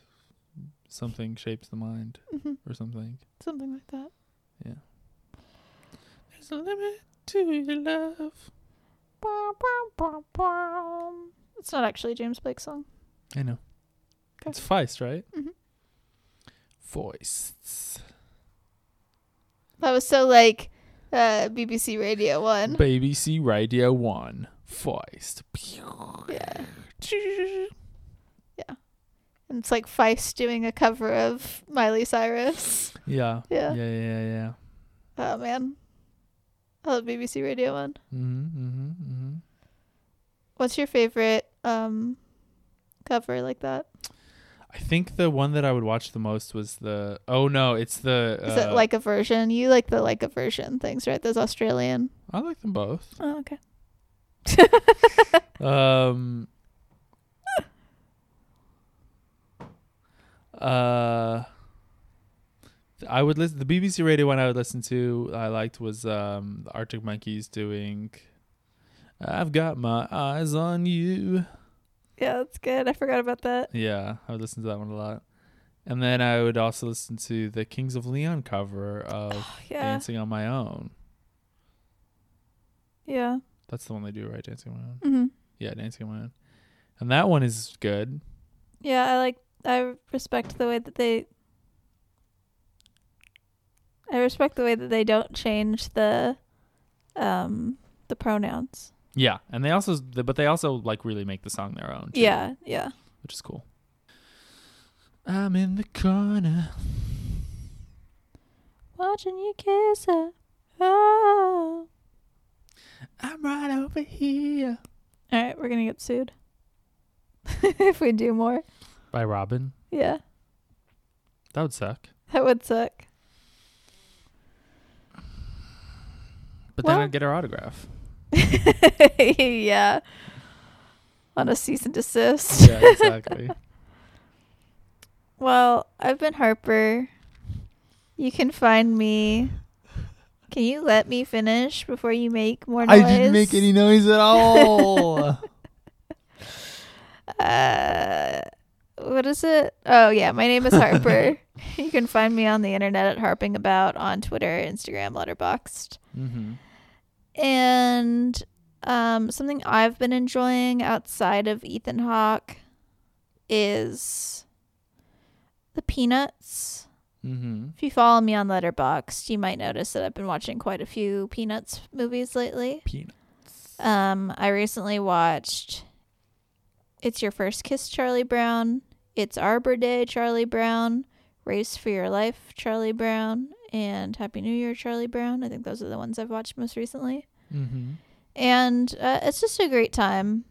Speaker 1: something shapes the mind
Speaker 2: Mhm.
Speaker 1: or something.
Speaker 2: Something like that.
Speaker 1: There's a limit to your love.
Speaker 2: Bow, bow, bow, bow. It's not actually a James Blake song.
Speaker 1: I know.
Speaker 2: Okay.
Speaker 1: It's Feist, right?
Speaker 2: Mhm.
Speaker 1: Foists.
Speaker 2: That was so like uh, BBC Radio 1.
Speaker 1: BBC Radio 1. Feist.
Speaker 2: Yeah. Yeah. And it's like Feist doing a cover of Miley Cyrus.
Speaker 1: Yeah.
Speaker 2: Yeah.
Speaker 1: Yeah, yeah, yeah.
Speaker 2: Oh man. I love BBC Radio One.
Speaker 1: Mm-hmm, mm-hmm, mm-hmm.
Speaker 2: What's your favorite um cover like that?
Speaker 1: I think the one that I would watch the most was the. Oh, no. It's the.
Speaker 2: Is
Speaker 1: uh,
Speaker 2: it like a version? You like the like a version things, right? Those Australian.
Speaker 1: I like them both.
Speaker 2: Oh, okay.
Speaker 1: Um. uh. I would listen the BBC radio one I would listen to I liked was um the Arctic Monkeys doing I've got my eyes on you.
Speaker 2: Yeah, that's good. I forgot about that.
Speaker 1: Yeah, I would listen to that one a lot. And then I would also listen to the Kings of Leon cover of
Speaker 2: Yeah.
Speaker 1: Dancing on My Own.
Speaker 2: Yeah.
Speaker 1: That's the one they do, right? Dancing on My Own.
Speaker 2: Mm-hmm.
Speaker 1: Yeah, Dancing on My Own. And that one is good.
Speaker 2: Yeah, I like I respect the way that they I respect the way that they don't change the um the pronouns.
Speaker 1: Yeah, and they also, but they also like really make the song their own. too,
Speaker 2: Yeah, yeah.
Speaker 1: which is cool. I'm in the corner.
Speaker 2: Watching you kiss her. Oh.
Speaker 1: I'm right over here.
Speaker 2: All right, we're going to get sued. if we do more.
Speaker 1: By Robin.
Speaker 2: Yeah,
Speaker 1: That would suck.
Speaker 2: that would suck.
Speaker 1: But
Speaker 2: Well-
Speaker 1: then I'd get her autograph.
Speaker 2: yeah. On a cease and desist.
Speaker 1: Yeah, exactly.
Speaker 2: Well, I've been Harper. You can find me. Can you let me finish before you make more noise?
Speaker 1: noise at all.
Speaker 2: Uh, what is it? Oh yeah, my name is Harper. you can find me on the internet at harping about on Twitter, Instagram, Letterboxd,
Speaker 1: mm-hmm.
Speaker 2: and um, something I've been enjoying outside of Ethan Hawke is the Peanuts
Speaker 1: Mm-hmm.
Speaker 2: If you follow me on Letterboxd, you might notice that I've been watching quite a few Peanuts movies lately.
Speaker 1: Peanut.
Speaker 2: Um, I recently watched It's Your First Kiss, Charlie Brown, It's Arbor Day, Charlie Brown, Race for Your Life, Charlie Brown, and Happy New Year, Charlie Brown. I think those are the ones I've watched most recently.
Speaker 1: Mm-hmm.
Speaker 2: And uh, it's just a great time.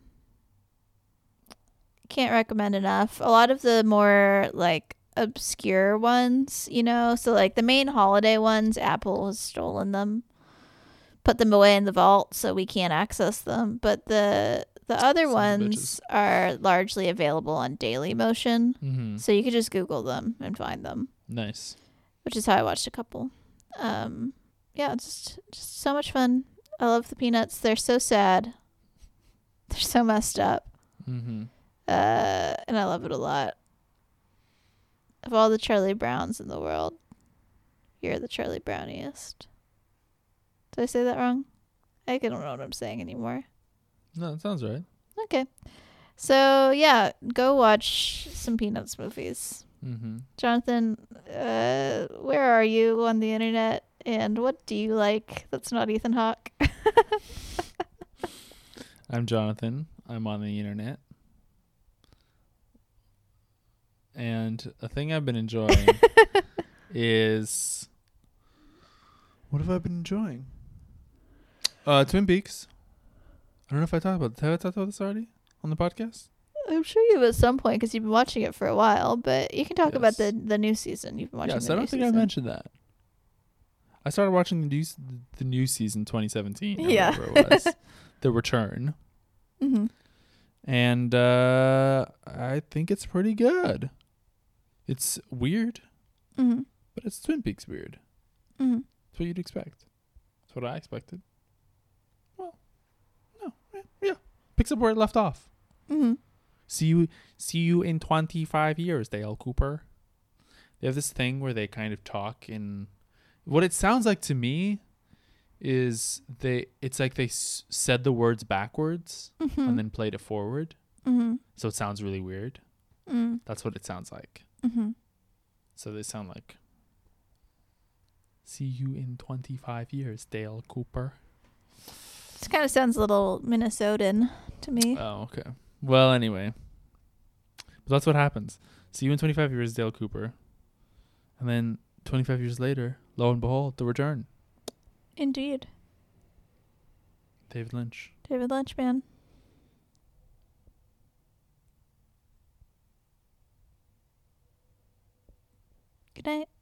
Speaker 2: Can't recommend enough. A lot of the more like obscure ones, you know, so like the main holiday ones, Apple has stolen them put them away in the vault so we can't access them. But the the other
Speaker 1: Son of
Speaker 2: ones are largely available on Daily Motion,
Speaker 1: Mm-hmm.
Speaker 2: so you could just Google them and find them,
Speaker 1: Nice.
Speaker 2: which is how I watched a couple. Um, yeah, it's just just so much fun. I love the Peanuts. They're so sad. They're so messed up,
Speaker 1: Mm-hmm.
Speaker 2: uh, and I love it a lot. Of all the Charlie Browns in the world, you're the Charlie Browniest. Did I say that wrong? I don't know what I'm saying anymore.
Speaker 1: No, that sounds right.
Speaker 2: Okay. So yeah, go watch some Peanuts movies.
Speaker 1: Mm-hmm.
Speaker 2: Jonathan, uh, where are you on the internet? And what do you like that's not Ethan Hawke?
Speaker 1: I'm Jonathan. I'm on the internet. And a thing I've been enjoying is what have I been enjoying? Uh Twin Peaks. I don't know if I talked about have I talked about this already on the podcast?
Speaker 2: I'm sure you've at some point because you've been watching it for a while, but you can talk
Speaker 1: Yes.
Speaker 2: about the the new season you've been watching.
Speaker 1: yes,
Speaker 2: the
Speaker 1: I
Speaker 2: new
Speaker 1: don't think I
Speaker 2: season.
Speaker 1: mentioned that. I started watching the new s- the new season 2017. or
Speaker 2: Yeah.
Speaker 1: whatever it was. the Return.
Speaker 2: Mhm.
Speaker 1: and uh, I think it's pretty good. It's weird,
Speaker 2: Mhm.
Speaker 1: but it's Twin Peaks weird.
Speaker 2: Mhm.
Speaker 1: It's what you'd expect. It's what I expected. Well, no, yeah, yeah. Picks up where it left off.
Speaker 2: Mhm.
Speaker 1: See you, see you in twenty five years, Dale Cooper. They have this thing where they kind of talk in. What it sounds like to me is they. It's like they s- said the words backwards
Speaker 2: Mm-hmm. Hmm.
Speaker 1: and then played it forward.
Speaker 2: Mhm.
Speaker 1: So it sounds really weird.
Speaker 2: Mm.
Speaker 1: That's what it sounds like.
Speaker 2: Mhm.
Speaker 1: So they sound like. See you in 25 years, Dale Cooper.
Speaker 2: This kind of sounds a little Minnesotan to me.
Speaker 1: Oh, okay. Well, anyway. But that's what happens. See you in 25 years, Dale Cooper. And then 25 years later, lo and behold, the return.
Speaker 2: Indeed,
Speaker 1: David Lynch.
Speaker 2: David Lynch, man. Good night.